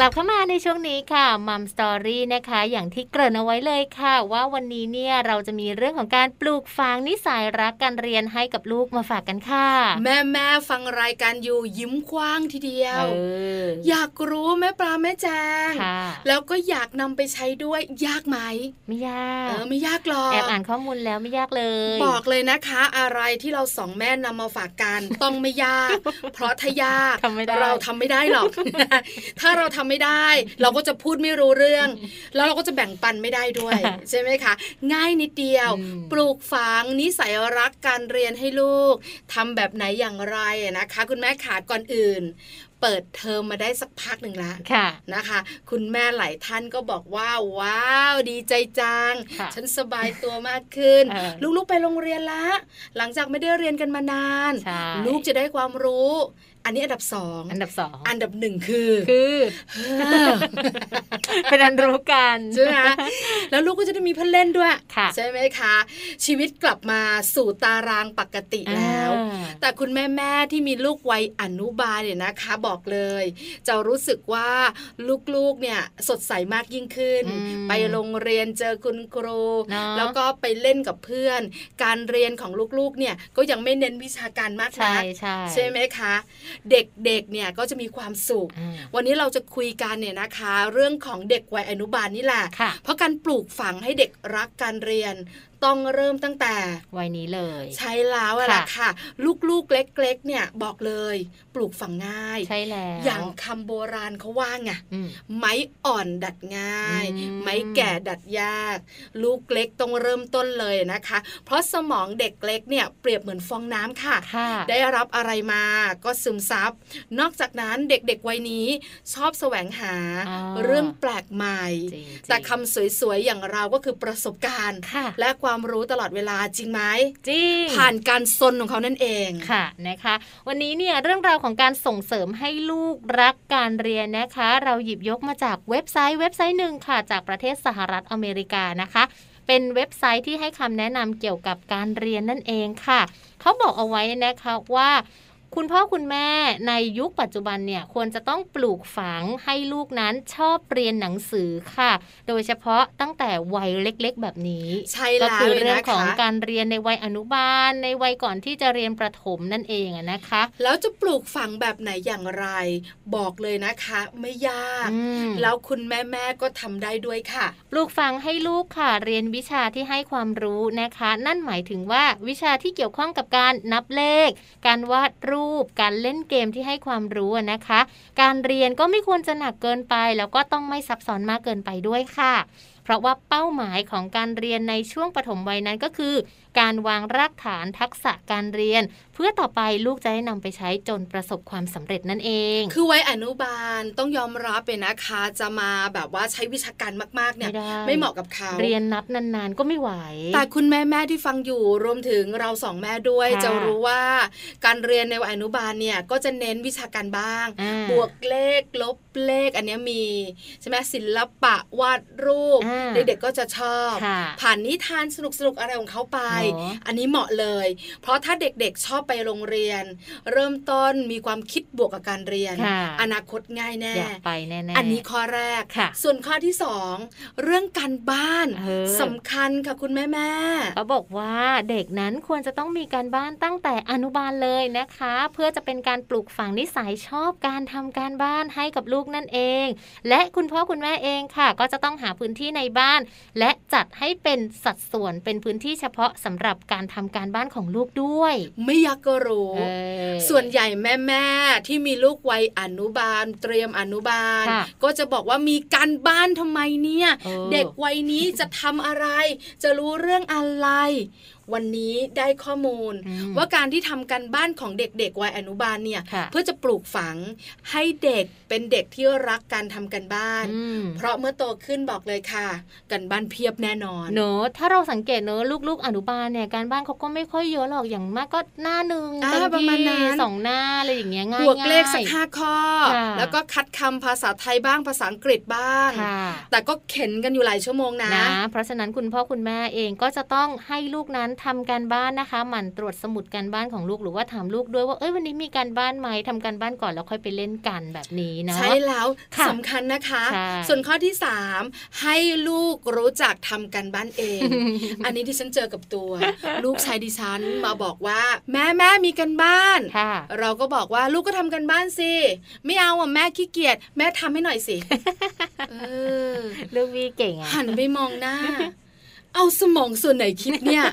B: กลับเข้ามาในช่วงนี้ค่ะมัมสตอรี่นะคะ อย่างที่เกริ่นเอาไว้เลยค่ะ ว่าวันนี้เนี่ยเราจะมีเรื่องของการปลูกฝังนิสัยรักการเรียนให้กับลูกมาฝากกันค่ะ
C: แม่แม่ฟังรายการอยู่ยิ้มกว้างทีเดียว
B: เออ
C: อยากรู้แม่ปลาแม่แจง
B: ค่ะ
C: แล้วก็อยากนำไปใช้ด้วยยากไหม
B: ไม่ยา
C: เอก อไม่ยากหรอก
B: แอบอ่านข้อมูลแล้วไม่ยากเลย
C: บอกเลยนะคะ อะไรที่เราสองแม่นำมาฝากกัน ต้องไม่ยาก เพราะถ้ายาก
B: ทำไม่ได้
C: เราทำไม่ได้ หรอก ถ้าเราทำไม่ได้ เราก็จะพูดไม่รู้เรื่อง แล้วเราก็จะแบ่งปันไม่ได้ด้วย ใช่ไหมคะ ง่ายนิดเดียว ปลูกฝังนิสัยรักการเรียนให้ลูกทำแบบไหนอย่างไรนะคะ คุณแม่ขาดก่อนอื่น เปิดเทอมมาได้สักพักหนึ่งแล้ว
B: ค่ะ
C: นะคะ คุณแม่หลายท่านก็บอกว่าว้าวดีใจจัง
B: ค่ะ
C: ฉันสบายตัวมากขึ้น
B: เออ
C: ลูกๆไปโรงเรียนละ หลังจากไม่ได้เรียนกันมานาน
B: ใช่
C: ลูกจะได้ความรู้ อันนี้อันดับสอง
B: อันดับสอง
C: อันดับหนึ่งคือ
B: คือ เป็นอันรู้กัน
C: ใช่ไหม คะแล้วลูกก็จะได้มีเพื่อนเล่นด้วย
B: ค่ะ
C: ใช่ไหมคะ ชีวิตกลับมาสู่ตารางปกติแล้ว
B: อ่า
C: แต่คุณแม่แม่ๆที่มีลูกวัยอนุบาลเนี่ยนะคะ บอกเลย จะรู้สึกว่าลูกๆเนี่ยสดใสมากยิ่งขึ้น
B: อืม
C: ไปโรงเรียนเจอคุณครู
B: เนอะ
C: แล้วก็ไปเล่นกับเพื่อน การเรียนของลูกๆเนี่ยก็ยังไม่เน้นวิชาการมาก
B: ใช่
C: นัก
B: ใช่
C: ไหมคะ เด็กๆเนี่ยก็จะมีความสุข
B: อ่า
C: วันนี้เราจะคุยกันเนี่ยนะคะ เรื่องของเด็กวัยอนุบาลนี่แหละ
B: ค่ะ
C: เพราะการปลูกฝังให้เด็กรักการเรียน ต้องเริ่มตั้งแต่
B: วัยนี้เลย
C: ใช่แล้วอะล่ะ
B: ค่ะ
C: ค่ะ ลูกๆ เล็ก ๆ เนี่ยบอกเลย ปลูกฝังง่าย
B: ใช่แล้ว
C: อย่างคำโบราณเขาว่าไง
B: อืม
C: ไม้อ่อนดัดง่าย
B: อืม
C: ไม้แก่ดัดยาก ลูกเล็กต้องเริ่มต้นเลยนะคะ เพราะสมองเด็กเล็กเนี่ยเปรียบเหมือนฟองน้ำค่ะ
B: ค่ะ
C: ได้รับอะไรมาก็ซึมซับ นอกจากนั้นเด็กๆวัยนี้ชอบแสวงหา
B: อ่า
C: เรื่องแปลกใหม่
B: จริงๆ
C: แต่คำสวยๆอย่างเราก็คือประสบการณ์
B: ค่ะ
C: และความรู้ตลอดเวลาจริงไหม
B: จริง
C: ผ่านการซนของเขานั่นเอง
B: ค่ะนะคะ วันนี้เนี่ยเรื่องราวของการส่งเสริมให้ลูกรักการเรียนนะคะ เราหยิบยกมาจากเว็บไซต์เว็บไซต์หนึ่งค่ะ จากประเทศสหรัฐอเมริกานะคะ เป็นเว็บไซต์ที่ให้คำแนะนำเกี่ยวกับการเรียนนั่นเองค่ะ เขาบอกเอาไว้นะคะว่า คุณพ่อคุณแม่ในยุคปัจจุบันเนี่ยควรจะต้องปลูกฝังให้ลูกนั้นชอบเรียนหนังสือค่ะ โดยเฉพาะตั้งแต่วัยเล็กๆ แบบนี้
C: ใช่
B: ก็
C: แล้ว
B: คือเรื่องของ
C: นะคะ
B: การเรียนในวัยอนุบาล ในวัยก่อนที่จะเรียนประถมนั่นเองอะนะคะ
C: แล้วจะปลูกฝังแบบไหนอย่างไร บอกเลยนะคะ ไม่ยาก
B: อืม
C: แล้วคุณแม่แม่ๆก็ทำได้ด้วยค่ะ
B: ปลูกฝังให้ลูกค่ะ เรียนวิชาที่ให้ความรู้นะคะ นั่นหมายถึงว่าวิชาที่เกี่ยวข้องกับการนับเลข การวาดรูป การเล่นเกมที่ให้ความรู้อะนะคะ การเรียนก็ไม่ควรจะหนักเกินไป แล้วก็ต้องไม่ซับซ้อนมากเกินไปด้วยค่ะ เพราะว่าเป้าหมายของการเรียนในช่วงปฐมวัยนั้นก็คือ การวางรากฐานทักษะการเรียน เพื่อต่อไปลูกจะได้นำไปใช้จนประสบความสำเร็จนั่นเอง
C: คือวัยอนุบาลต้องยอมรับเลยนะคะ จะมาแบบว่าใช้วิชาการมากๆเนี่ย
B: ไม่ได้
C: เหมาะกับเขา
B: เรียนนับนานๆ ก็ไม่ไหว
C: แต่คุณแม่แม่ๆที่ฟังอยู่รวมถึงเราสองแม่ด้วย
B: ค่ะ
C: จะรู้ว่าการเรียนในวัยอนุบาลเนี่ยก็จะเน้นวิชาการบ้าง
B: อ่า
C: บวกเลขลบเลขอันเนี้ยมีใช่ไหมศิลปะวาดรูป
B: อ่า
C: เด็กๆก็จะชอบ
B: ค่ะ
C: ผ่านนิทานสนุกๆ อะไรของเขาไป
B: เนอะ
C: อันนี้เหมาะเลย เพราะถ้าเด็กๆชอบ ไปโรงเรียน เริ่มต้นมีความคิดบวกกับการเรียน
B: ค่ะ
C: อนาคตง่ายแน่
B: อยากไปแน่ๆ
C: อันนี้ข้อแรก
B: ค่ะ
C: ส่วนข้อที่สองเรื่องการบ้าน
B: เออ
C: สำคัญค่ะคุณแม่แม่ๆ
B: เขาบอกว่าเด็กนั้นควรจะต้องมีการบ้านตั้งแต่อนุบาลเลยนะคะ เพื่อจะเป็นการปลูกฝังนิสัยชอบการทำการบ้านให้กับลูกนั่นเอง และคุณพ่อคุณแม่เองค่ะ ก็จะต้องหาพื้นที่ในบ้าน และจัดให้เป็นสัดส่วนเป็นพื้นที่เฉพาะสำหรับการทำการบ้านของลูกด้วย
C: ไม่อยากก็รู้
B: เออ
C: ส่วนใหญ่แม่แม่ๆที่มีลูกวัยอนุบาล เตรียมอนุบาล
B: ค่ะ
C: ก็จะบอกว่ามีการบ้านทำไมเนี่ย
B: เออ
C: เด็กวัยนี้จะทำอะไร จะรู้เรื่องอะไร วันนี้ได้ข้อมูล
B: อืม
C: ว่าการที่ทำการบ้านของเด็ก ๆ วัยอนุบาลเนี่ย
B: ค่ะ
C: เพื่อจะปลูกฝังให้เด็กเป็นเด็กที่รักการทำกันบ้าน
B: อืม
C: เพราะเมื่อโตขึ้นบอกเลยค่ะ กันบ้านเพียบแน่นอน
B: เนอะถ้าเราสังเกตเนอะลูกๆ อนุบาลเนี่ยการบ้านเขาก็ไม่ค่อยเยอะหรอกอย่างมากก็หน้าหนึ่ง
C: อ่า
B: เต็ม
C: ประ
B: ที่
C: มาณนั้น
B: สองหน้าอะไรอย่างเงี้ยง่าย
C: บวกเลขสัก
B: ๆ
C: ห้าข้อ
B: ค่ะ
C: แล้วก็คัดคำภาษาไทยบ้างภาษาอังกฤษบ้าง
B: ค่ะ
C: แต่ก็เข็นกันอยู่หลายชั่วโมงนะ
B: นะ เพราะฉะนั้นคุณพ่อคุณแม่เองก็จะต้องให้ลูกนั้นทำการบ้านนะคะ หมั่นตรวจสมุดการบ้านของลูกหรือว่าถามลูกด้วยว่าเอ้ยวันนี้มีการบ้านไหมทำการบ้านก่อนแล้วค่อยไปเล่นกันแบบนี้นะ
C: ใช่แล้ว
B: ค่ะ
C: สำคัญนะคะ
B: ใช่
C: ส่วนข้อที่ 3 ให้ลูกรู้จักทำกันบ้านเอง อันนี้ที่ฉันเจอกับตัว ลูกชายดิฉันมาบอกว่า แม่แม่มีกันบ้าน
B: ค่ะ
C: เราก็บอกว่าลูกก็ทำกันบ้านสิ ไม่เอาอ่ะแม่ขี้เกียจแม่ทำให้หน่อยสิ เออ
B: ลูกวีเก่งอะ
C: หันไปมองหน้า เอาสมองส่วนไหนคิด เนี่ย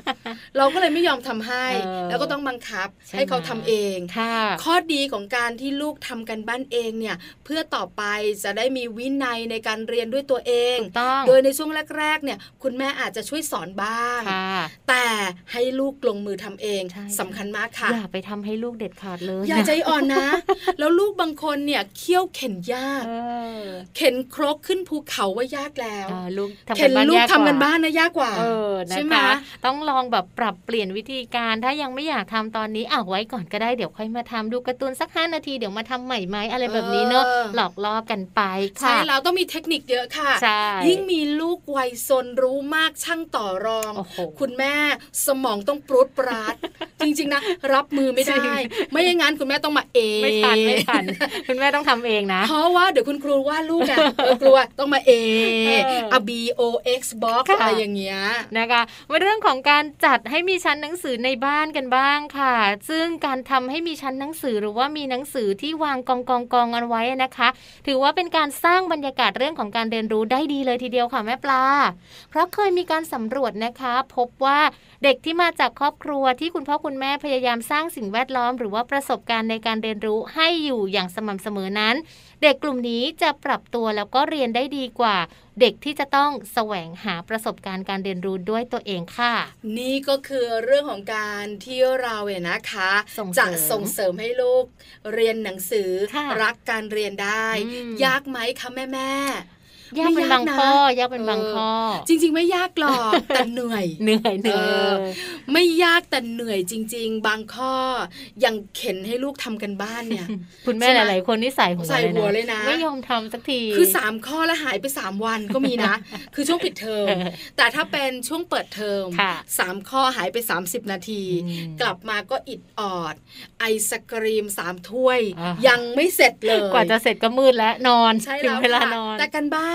C: เราก็เลยไม่ยอมทำให้ แล้วก็ต้องบังคับ ให้เขาทำเอง
B: ค่ะ
C: ข้อดีของการที่ลูกทำกันบ้านเองเนี่ย เพื่อต่อไปจะได้มีวินัยในการเรียนด้วยตัวเอง
B: ถูกต้อง
C: โดยในช่วงแรก ๆ เนี่ย คุณแม่อาจจะช่วยสอนบ้าง
B: ค่ะ
C: แต่ให้ลูกลงมือทำเอง
B: ใช่
C: สำคัญมากค่ะ
B: อย่าไปทำให้ลูกเด็ดขาดเลย
C: อย่าใจอ่อนนะ แล้วลูกบางคนเนี่ยเคี่ยวเข็นยาก
B: เออ
C: เข็นครกขึ้นภูเขาว่ายากแล้ว
B: เออลูกทำ
C: เข็
B: กาน รบ้าน
C: ลูก
B: ยาก
C: ทำกัน
B: ว่
C: บ้านนะยากกว่า
B: เออนะ
C: ใช่ไหม
B: คะต้องลองแบบปรับเปลี่ยนวิธีการ ถ้ายังไม่อยากทำตอนนี้อ่ะไว้ก่อนก็ได้ เดี๋ยวค่อยมาทำดูการ์ตูนสักห้านาที เดี๋ยวมาทำใหม่ไหมอะไรแบบนี้เนอะ
C: เออ
B: หลอกล่อกันไป
C: ใช่
B: ค่ะ
C: แล้วต้องมีเทคนิคเยอะค่ะ
B: ใช่
C: ยิ่งมีลูกวัยซนรู้มากช่างต่อรอง
B: โอ้โห
C: คุณแม่สมองต้องปรุดปราด จริง ๆ นะ รับมือไม่ ได้
B: จริง
C: ไม่อย่างนั้นคุณแม่ต้องมาเอง
B: ไม่ทันไม่ ทัน คุณแม่ต้องทำเองนะ
C: เพราะว่าเดี๋ยวคุณครูว่าลูกอ่ะ เออกลัวต้องมาเอ
B: เออ
C: อะ B O X box
B: ค่ะ
C: อะไรอย่างเงี้ย
B: นะคะมาเรื่องของการจัดให้มีชั้นหนังสือในบ้านกันบ้างค่ะ ซึ่งการทำให้มีชั้นหนังสือหรือว่ามีหนังสือที่วางกองกองกองกันไว้นะคะ ถือว่าเป็นการสร้างบรรยากาศเรื่องของการเรียนรู้ได้ดีเลยทีเดียวค่ะแม่ปลา เพราะเคยมีการสำรวจนะคะ พบว่าเด็กที่มาจากครอบครัวที่คุณพ่อคุณแม่พยายามสร้างสิ่งแวดล้อม หรือว่าประสบการณ์ในการเรียนรู้ให้อยู่อย่างสม่ำเสมอนั้น เด็กกลุ่มนี้จะปรับตัวแล้วก็เรียนได้ดีกว่า เด็กที่จะต้องแสวงหาประสบการณ์การเรียนรู้ด้วยตัวเองค่ะ
C: นี่ก็คือเรื่องของการที่เราเนี่ยนะคะ
B: ส่งเสริม
C: จะส่งเสริมให้ลูกเรียนหนังสือ
B: ค่ะ
C: รักการเรียนได้
B: อืม
C: ยากไหมคะแม่แม่ๆ
B: ยากเป็นบางข้อ
C: ไม่ะ
B: ยากเป็นบางข้อ
C: เจริง ๆ ไม่ยากหรอก แต่เหนื่อย
B: เหนื่อยเหนื่อย
C: เออ ไม่ยากแต่เหนื่อยจริง ๆ บางข้ออย่างเข็นให้ลูกทำกันบ้านเนี่ย
B: คุณแม่
C: ใช่
B: ห
C: ไหม
B: ลายๆคนนี่ใส่หัว
C: ใส่หัวเลยนะ
B: ไม่ยอมทำสักที
C: คือสามข้อแล้วหายไปสามวันก็มีนะ คือช่วงปิดเทอ ม แต่ถ้าเป็นช่วงเปิดเทอม
B: ค่ะ
C: สามข้อหายไป 30 นาที
B: อืม
C: กลับมาก็อิดออด ไอศกรีมสามถ้วย
B: อ่ายั
C: ยังไม่เสร็จเลย
B: กว่าจะเสร็จก็มืดแล้วนอน
C: ใช่
B: ถึ
C: แล้
B: ง
C: ว
B: เวลา
C: ค่ะ
B: นอน
C: แต่กันบ้าน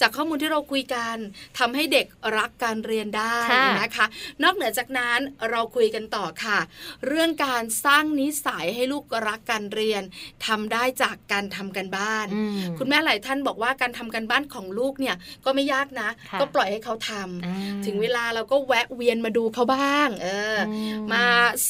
C: จากข้อมูลที่เราคุยกันทำให้เด็กรักการเรียนได้
B: ค่ะ
C: นะคะ นอกเหนือจากนั้นเราคุยกันต่อค่ะ เรื่องการสร้างนิสัยให้ลูกรักการเรียนทำได้จากการทำกันบ้าน
B: อืม
C: คุณแม่หลายท่านบอกว่าการทำกันบ้านของลูกเนี่ยก็ไม่ยากนะ
B: ค่ะ
C: ก็ปล่อยให้เขาทำ
B: อ่า
C: ถึงเวลาเราก็แวะเวียนมาดูเขาบ้าง เอออ
B: ม
C: มา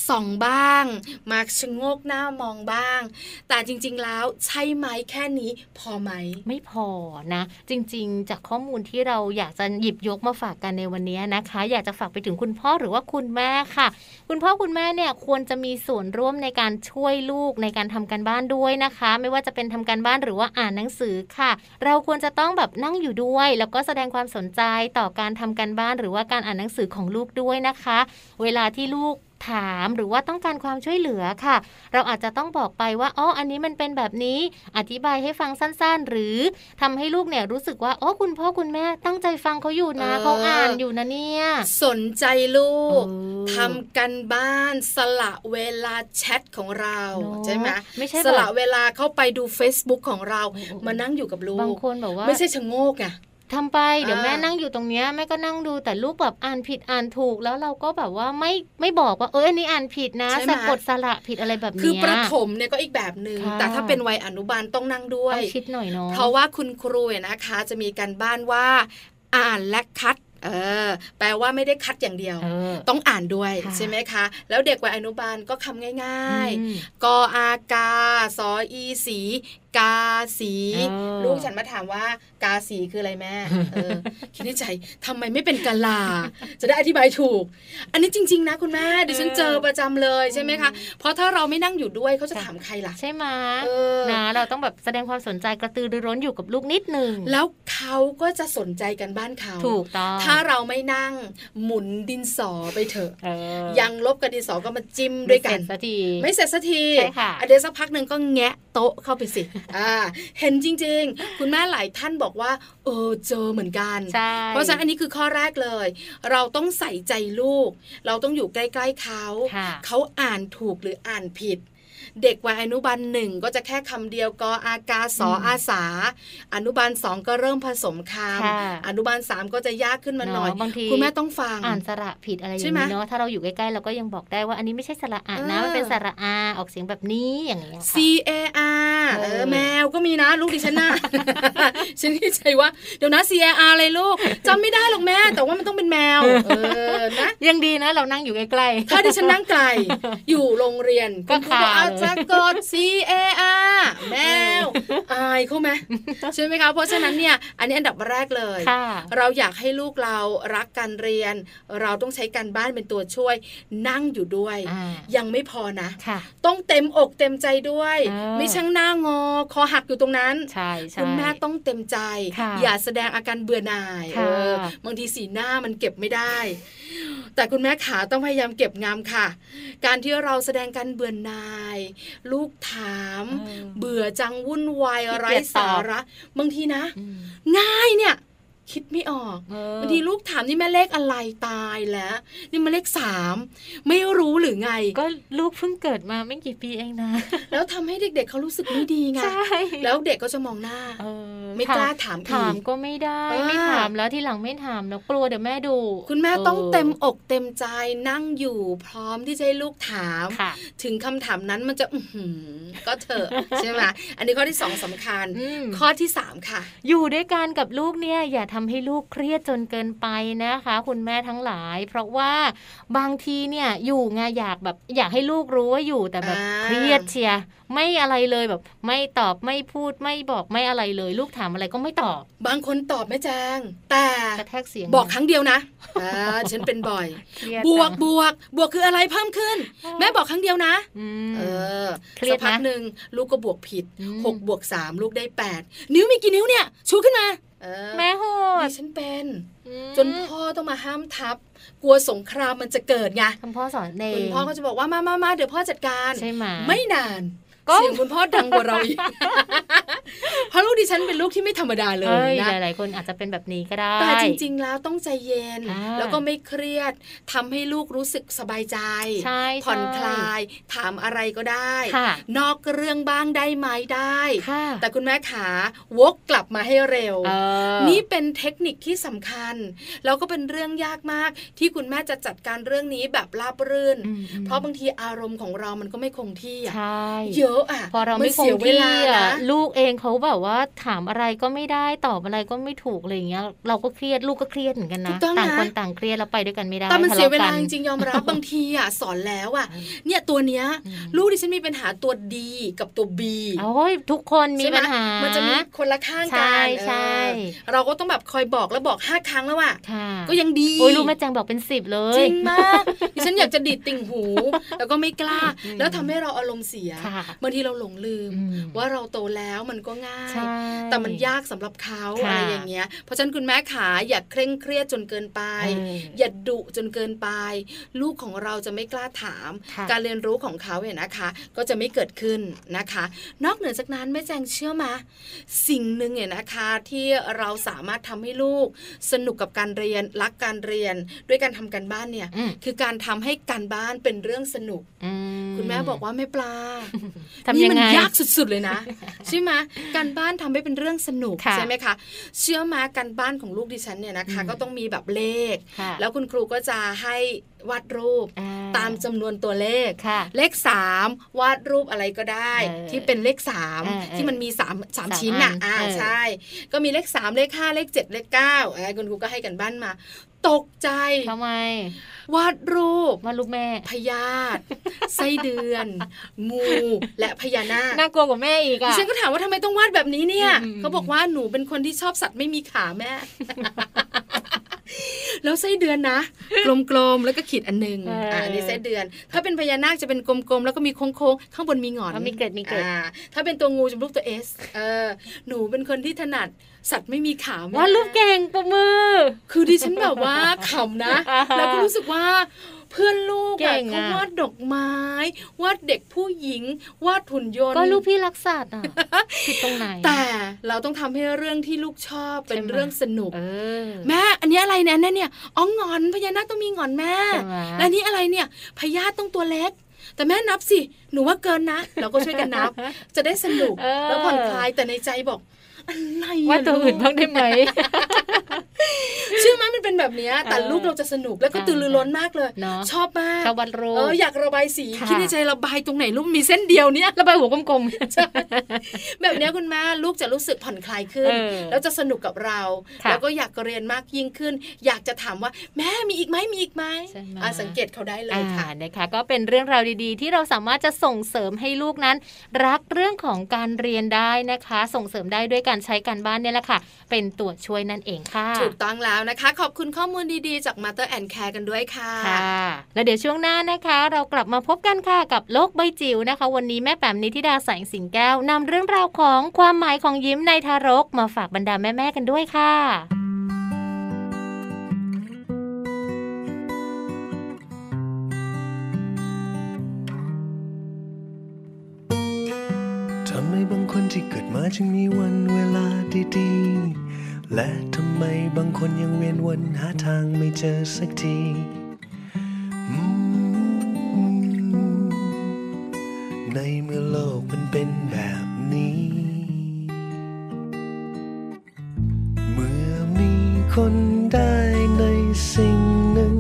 C: ส่องบ้าง มาชะโงกหน้ามองบ้าง แต่จริง ๆ แล้วใช่ไหมแค่นี้พอไหม
B: ไม่พอนะ จริงๆ จากข้อมูลที่เราอยากจะหยิบยกมาฝากกันในวันนี้นะคะ อยากจะฝากไปถึงคุณพ่อหรือว่าคุณแม่ค่ะ คุณพ่อคุณแม่เนี่ยควรจะมีส่วนร่วมในการช่วยลูกในการทำการบ้านด้วยนะคะ ไม่ว่าจะเป็นทำการบ้านหรือว่าอ่านหนังสือค่ะ เราควรจะต้องแบบนั่งอยู่ด้วย แล้วก็แสดงความสนใจต่อการทำการบ้าน หรือว่าการอ่านหนังสือของลูกด้วยนะคะ เวลาที่ลูกถามหรือว่าต้องการความช่วยเหลือค่ะ เราอาจจะต้องบอกไปว่าอ๋ออันนี้มันเป็นแบบนี้ อธิบายให้ฟังสั้นๆ หรือทำให้ลูกเนี่ยรู้สึกว่าอ๋อคุณพ่อคุณแม่ตั้งใจฟังเขาอยู่นะ
C: เออ
B: เขาอ่านอยู่นะเนี่ย
C: สนใจลูก
B: เออ
C: ทำกันบ้านสละเวลาแชทของเรา
B: เนอะ
C: ใช่ไหม
B: ไม่ใช่
C: สละ
B: แบบ
C: เวลาเข้าไปดู Facebook ของเรา
B: โอ้โห
C: มานั่งอยู่กับลูก
B: บางคนบอกว่า
C: ไม่ใช่ชะโงกไง
B: ทำไปเดี๋ยว
C: อ่า
B: แม่นั่งอยู่ตรงเนี้ยแม่ก็นั่งดูแต่ลูกแบบอ่านผิดอ่านถูกแล้วเราก็แบบว่าไม่ไม่บอกว่าเอออันนี้อ่านผิดนะสะกดสระผิดอะไรแบบเนี้ย
C: คือประถมเนี่ยก็อีกแบบหนึง่ง
B: ค่ะ
C: แต่ถ้าเป็นวัยอนุบาลต้องนั่งด้ว
B: ต้อย งชิดหน่อยเนาะ
C: เพราะว่าคุณครูเนี่ยนะคะ จะมีการบ้านว่า อ่านและคัด เออ แปลว่าไม่ได้คัดอย่างเดียว
B: เออ
C: ต้องอ่านด้วย
B: ค่ะ
C: ใช่ไหมคะ แล้วเด็กวัยอนุบาลก็คำง่าย
B: อืม
C: ๆ กออากาสออีสี กาสี
B: เออ
C: ลูกฉันมาถามว่า กาสีคืออะไรแม่เออ คิดในใจทำไมไม่เป็นกะลา จะได้อธิบายถูก อันนี้จริง ๆ นะคุณแม่ดิฉันเจอประจำเลยใช่ไหมคะ เพราะถ้าเราไม่นั่งอยู่ด้วยเขาจะถามใครล่ะ
B: ใช่ไหม
C: เออ
B: นะเราต้องแบบแสดงความสนใจกระตือรือร้นอยู่กับลูกนิดหนึ่ง
C: แล้วเขาก็จะสนใจกันบ้านเขา
B: ถูกต้อง
C: ถ้าเราไม่นั่งหมุนดินสอไปเถอะ
B: เออ
C: ยังลบกับดินสอก็มาจิ้มด้
B: ไม่
C: วย
B: เส
C: กั
B: ร็
C: น
B: จสักที
C: ไม่เสร็จสักที
B: ใช่ค่ะ
C: อ่เดี๋ยวสักพักหนึ่งก็แงะโต๊ะเข้าไปสิ อ่า เห็นจริง ๆ คุณแม่หลายท่านบอกว่า เออ เจอเหมือนกัน
B: ใช่
C: เพราะฉะนั้นอันนี้คือข้อแรกเลย เราต้องใส่ใจลูก เราต้องอยู่ใกล้ๆเขา
B: ค่ะ
C: เขาอ่านถูกหรืออ่านผิด เด็กวัยอนุบาลหนึ่งก็จะแค่คำเดียวกออากาสอ
B: อืม
C: อาสา อนุบาลสองก็เริ่มผสมค
B: ค่ะ
C: ำอนุบาลสามก็จะยากขึ้นมาหน่อย
B: เนาะบางที
C: คุณแม่ต้องฟัง
B: อ่านสระผิดอะไรอย่า
C: ใช่
B: ง
C: ไหม
B: นี้เนาะถ้าเราอยู่ใกล้ๆเราก็ยังบอกได้ว่าอันนี้ไม่ใช่สระอะนะ
C: เออ
B: มันเป็นสระอาออกเสียงแบบนี้อย่างเงี้ยค่ะ
C: C A R
B: เออ
C: เออแมวก็มีนะ ลูกดิฉันน่ะ ฉันคิดใจว่า เดี๋ยวนะ C A R อะไรลูกจำไม่ได้หรอกแม่ แต่ว่ามันต้องเป็นแมว เออนะ
B: ยังดีนะ เรานั่งอยู่ใกล้ๆ
C: ถ้าดิฉัน นั่งไกล อยู่โรงเรียน
B: ก็
C: คุณครูก็
B: ขา
C: เอา
B: เลย
C: จะกด C A R แม วอายเขาไหมใช่ไหมคะ เพราะฉะนั้นเนี่ย อันนี้อันดับแรกเลย
B: ค่ะ
C: เราอยากให้ลูกเรารักการเรียน เราต้องใช้การบ้านเป็นตัวช่วย นั่งอยู่ด้วย
B: อ่า
C: ยังไม่พอนะ
B: ค่ะ
C: ต้องเต็มอกเต็มใจด้วย
B: เออ
C: ไม่ช่างหน้างอ คอหักอยู่ตรงนั้น
B: ใช่ใช่
C: คุณแม่ต้องเต็มใจ
B: ค่ะ
C: อย่าแสดงอาการเบื่อหน่าย
B: ค่ะ
C: เออบางทีสีหน้ามันเก็บไม่ได้ แต่คุณแม่ขาต้องพยายามเก็บงามค่ะ การที่เราแสดงการเบื่อหน่าย ลูกถาม
B: เออ
C: เบื่อจังวุ่นวาย
B: ขี้เกียจ
C: ไร้สาระ บางทีนะ
B: อืม
C: ง่ายเนี่ย คิดไม่ออก
B: เออบ
C: างทีลูกถามนี่แม่เลขอะไรตายแล้ว นี่มันเลขสามไม่รู้หรือไง
B: ก็ลูกเพิ่งเกิดมาไม่กี่ปีเองนะ
C: แล้วทำให้เด็กๆเขารู้สึกไม่ดีไง
B: ใช่
C: แล้วเด็กก็จะมองหน้า
B: เออ
C: ไม่กล้าถามอีก
B: ถามก็ไม่ได้
C: เออ
B: ไม่ถามแล้วทีหลังไม่ถามแล้วกลัวเดี๋ยวแม่ดู
C: คุณแม่ต้องเต็ม
B: อ
C: อกเต็มใจนั่งอยู่พร้อมที่จะให้ลูกถาม
B: อค่ะ
C: ถึงคำถามนั้นมันจะ อื้อหือก็เถอะ ใช่ไหมอันนี้ข้อที่สองสำคัญ
B: อืม
C: ข้อที่สามค่ะ
B: อยู่ด้วยกันกับลูกเนี่ยอย่าทำให้ลูกเครียดจนเกินไปนะคะ คุณแม่ทั้งหลาย เพราะว่าบางทีเนี่ยอยู่ไงอยากแบบอยากให้ลูกรู้ว่าอยู่แต่แบบ
C: อ่า
B: เครียดเชียร์ไม่อะไรเลยแบบ ไม่ตอบไม่พูดไม่บอกไม่อะไรเลย ลูกถามอะไรก็ไม่ตอบบ
C: างคนตอบไม่แจง แต่
B: กระแทกเสียง
C: บอกครั้งเดียวนะอ่าฉันเป็นบ่อย
B: เครียด
C: บวก
B: จัง
C: บวก บวกคืออะไรเพิ่มขึ้น
B: เออ
C: แม่บอกครั้งเดียวนะ
B: อืม
C: เออ
B: เครีย
C: สั
B: ด
C: ก
B: นะ
C: พักหนึ่งลูกก็บวกผิด
B: อืม
C: หกบวกสามลูกได้แปดนิ้วมีกี่นิ้วเนี่ย ชูขึ้นมาเออ
B: แม่โหด
C: ดิฉันเป็น
B: อืม
C: จนพ่อต้องมาห้ามทับ กลัวสงครามมันจะเกิดไง
B: คุณพ่อสอนเอง
C: คุณพ่อก็จะบอกว่ามามามาเดี๋ยวพ่อจัดการ
B: ใช่ไหม
C: ไม่นาน
B: ก็
C: เสียงคุณพ่อดังกว่าเรา อีก เพราะลูกดิฉันเป็นลูกที่ไม่ธรรมดาเล
B: เอ้
C: ย
B: ย
C: นะ
B: หลายๆคนอาจจะเป็นแบบนี้ก็ได้
C: แต่จริงๆ แล้วต้องใจเย็น
B: อ่า
C: แล้วก็ไม่เครียดทำให้ลูกรู้สึกสบายใจ
B: ใช่
C: ผ่อน
B: ใช่
C: คลาย ถามอะไรก็ได้
B: ค่ะ
C: นอกเรื่องบ้างได้ไหมได้
B: ค่ะ
C: แต่คุณแม่ขาวกกลับมาให้เร็ว
B: เออ
C: นี่เป็นเทคนิคที่สำคัญ แล้วก็เป็นเรื่องยากมากที่คุณแม่จะจัดการเรื่องนี้แบบราบรื่น
B: อืมอืม
C: เพราะบางทีอารมณ์ของเรามันก็ไม่คงที่อะ
B: ใช่
C: เยอะอะ
B: พอเราไม่
C: น
B: คง
C: สียเว
B: ที่
C: ลา
B: อ่ะ
C: นะ
B: ลูกเองเขาแบบว่าถามอะไรก็ไม่ได้ตอบอะไรก็ไม่ถูกอะไรอย่างเงี้ย เราก็เครียดลูกก็เครียดเหมือนกันนะ ต่างคนต่างเครียดแล้วไปด้วยกันไม่ได้
C: แต่มันเสียเวลา
B: ทะะ
C: จ
B: กัน
C: ริงๆยอมรับ บางทีอะสอนแล้วอะเนี่ยตัวเนี้ย
B: อืม
C: ลูกดิฉันมีปัญหาตัวดีกับตัวบี
B: โอ้ยทุกคนมี
C: ใช่ไหม
B: ปัญหามั
C: นจะมีคนละข้าง
B: ใช่
C: กัน
B: ใช่
C: เออเราก็ต้องแบบคอยบอกแล้วบอกห้าครั้งแล้วอะ
B: ค่ะ
C: ก็ยังดี
B: โอ้ยลูกแม่แจงบอกเป็นสิบเล
C: จ
B: ย
C: ริงมาก ดิฉันอยากจะดีดติ่งหู แล้วก็ไม่กล้า แล้วทำให้เราอารมณ์เสีย
B: ค่ะ
C: บางทีเราหลงลืม
D: อืม
C: ว่าเราโตแล้วมันก็ง่าย
B: ใช่
C: แต่มันยากสำหรับเขา
B: ค่ะ
C: อะไรอย่างเงี้ย เพราะฉะนั้นคุณแม่ขาอย่าเคร่งเครียดจนเกินไป
B: เออ
C: อ
B: อย่
C: าดุจนเกินไป ลูกของเราจะไม่กล้าถาม
B: ค่ะ
C: การเรียนรู้ของเขาเนี่ยนะคะ ก็จะไม่เกิดขึ้นนะคะ นอกเหนือจากนั้นแม่แจงเชื่อมาสิ่งหนึ่งเนี่ยนะคะที่เราสามารถทำให้ลูก สนุกกับการเรียนรักการเรียน ด้วยการทำการบ้านเนี่ย
B: อืม
C: คือการทำให้การบ้านเป็นเรื่องสนุก
B: อื
C: คุณแม่บอกว่าไม่ปลา
B: ทำยัง
C: นี่
B: ไง
C: มันยากสุดๆเลย นะ ใช่ไหมการบ้านทำให้เป็นเรื่องสนุก
B: ค่ะ
C: ใช่ไหมคะ เชื่อมาการบ้านของลูกดิฉันเนี่ยนะคะ
B: อืม
C: ก็ต้องมีแบบเลข
B: ค่ะ
C: แล้วคุณครูก็จะให้วาดรูป
B: อ่
C: ตามจำนวนตัวเลข
B: ค่ะ
C: เลข 3 วาดรูปอะไรก็ได้
B: เออ
C: ที่เป็นเลข
B: เออ
C: 3
B: เออ
C: ที่มันมี3ม
B: สาม
C: ชิ้นน่ะ
B: อัน
C: อ่า
B: เออ
C: ใช่ ก็มีเลข 3 เลข 5 เลข 7 เลข9อ่าคุณครูก็ให้กันบ้านมา ตกใจ
B: ทำไม
C: วาดรูป
B: ว่าลูกแม่
C: พยาธิไส้เดือน งูและพญานาค
B: น่ากลัวกว่าแม่อีก
C: ดิ
B: อ่ะ
C: ฉันก็ถามว่าทำไมต้องวาดแบบนี้เนี่ย
B: อืม
C: เขาบอกว่าหนูเป็นคนที่ชอบสัตว์ไม่มีขาแม่ แล้วไส้เดือนนะ กลมๆ แล้วก็ขีดอันหนึงอ่าอันนี้ไส้เดือน ถ้าเป็นพญานาคจะเป็นกลมๆ แล้วก็มีโค้งๆ ข้างบนมีหงอน
B: เอามีเกล็ดมีเกล็ด
C: อ่าถ้าเป็นตัวงูจะเป็นรูปตัวเอสเออ หนูเป็นคนที่ถนัดสัตว์ไม่มีขาแม่
B: ว่าลูกเก่งประมือ
C: คือดิฉันแบบว่าขำนะ
B: อ่า
C: แล้วก็รู้สึกว่าเพื่อนลูก
B: เก่
C: อะ
B: ง
C: เขา
B: อะ
C: วาดดอกไม้วาดเด็กผู้หญิงวาดหุ่นยนต์
B: ก็ลูกพี่รักสัตว์ อ่ะผิดตรงไหน
C: แต่เราต้องทำให้เรื่องที่ลูกชอบเป็น
B: ใช่ไหม
C: เรื่องสนุก
B: เออ
C: แม่อันนี้อะไรเนี่ยอันนั้นเนี่ยอ๋องอนพญานาคต้องมีงอนแม่
B: ใช่ไหม
C: และนี่อะไรเนี่ยพญาต้องตัวเล็ก แต่แม่นับสิ หนูว่าเกินนะ เราก็ช่วยกันนับ จะได้สนุกแล้วผ่อนคลายแต่ในใจบอกอะไระ
B: ว่าตัวอื่น
C: ลูก
B: บ้างได้ ไหม
C: เชื่อไหมั้ยมันเป็นแบบเนี้ยแต่
B: เออ
C: ลูกเราจะสนุกแล้วก็ตื่นรือร้นมากเลย
B: เนอะ
C: ชอบมาก
B: ชาววันโร
C: เอออยากระบายสี
B: ค่ะ
C: คิดในใจระบายตรงไหนลูกมีเส้นเดียวเนี่ย
B: ระบายหัวกลม
C: แบบเนี้ยคุณแม่ลูกจะรู้สึกผ่อนคลายขึ้น
B: เออ
C: แล้วจะสนุกกับเรา
B: ค่ะ
C: แล้วก็อยากเรียนมากยิ่งขึ้น อยากจะถามว่า แม่มีอีกไหมมีอีกไหม
B: ใช่ไหม
C: อ่ะสังเกตเขาได้เล
B: อ่าย
C: ค่ะ
B: นะคะก็เป็นเรื่องราวดีๆ ที่เราสามารถจะส่งเสริมให้ลูกนั้น รักเรื่องของการเรียนได้นะคะ ส่งเสริมได้ด้วยการใช้การบ้านเนี่ยแหละค่ะ เป็นตัวช่วยนั่นเองค่ะ
C: ถูกต้องแล้วนะคะ ขอบคุณข้อมูลดีๆ จาก m o t h e r and Care กันด้วยค่ะ
B: ค่ะ แล้วเดี๋ยวช่วงหน้านะคะ เรากลับมาพบกันค่ะกับโลกใบจิ๋วนะคะ วันนี้แม่แปมนิธิดาแสงสิงแก้วนำเรื่องราวของความหมายของยิ้มในทารกมาฝากบรรดาแม่ๆกันด้วยค่ะ
E: ทำไมบางคนที่เกิดมาจึงมีวันเวลาดีๆ และทำไมบางคนยังเวียนวนหาทางไม่เจอสักทีอืมในเมื่อโลกมันเป็นแบบนี้ เมื่อมีคนได้ในสิ่งหนึ่ง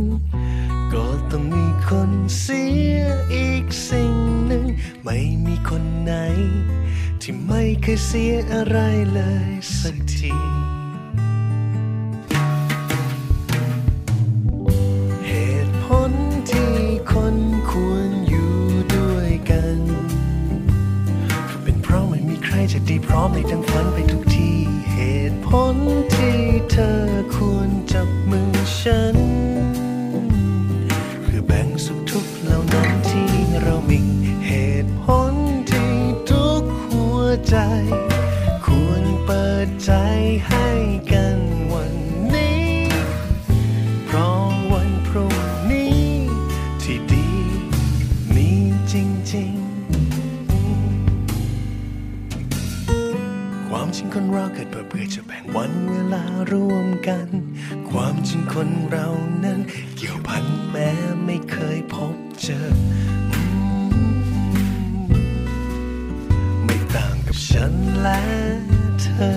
E: ก็ต้องมีคนเสียอีกสิ่งหนึ่ง ไม่มีคนไหน ที่ไม่เคยเสียอะไรเลยสักที เหตุผลที่คนควรอยู่ด้วยกันก็เป็นเพราะไม่มีใครจะดีพร้อมในทั้งฝันไปทุกทีเหตุผลที่เธอควรจับมือฉัน เพื่อแบ่งสุขทุกข์เหล่านั้นที่เรามีเหตุผลที่ทุกหัวใจ ควรเปิดใจให้กันวันนี้ เพราะวันพรุ่งนี้ ที่ดีมีจริงๆ ความจริงคนเราเกิดมาเพื่อจะแบ่งวันเวลาร่วมกัน ความจริงคนเรานั้น เกี่ยวพันแม้ไม่เคยพบเจออืมไม่ต่างกับฉันและเธอ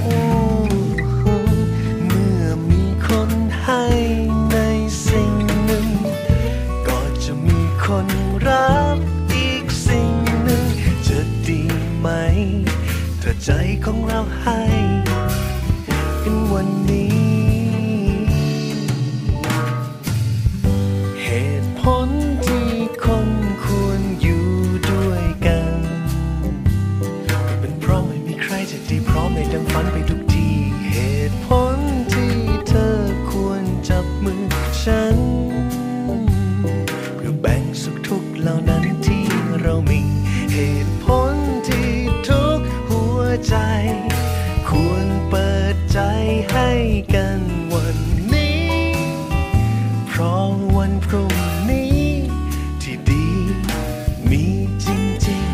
E: โอ้โหเมื่อมีคนให้ในสิ่งหนึ่ง ก็จะมีคนรับอีกสิ่งหนึ่ง จะดีไหม ถ้าใจของเราให้กันวันนี้ เหตุผลที่คนควรอยู่ด้วยกัน เป็นเพราะไม่มีใครจะดีพร้อมในดังฝันไปทุกที เหตุผลที่เธอควรจับมือฉัน เพื่อแบ่งสุขทุกข์เหล่านั้นที่เรามี
H: ของวันพรุ่งนี้ ที่ดีมีจริง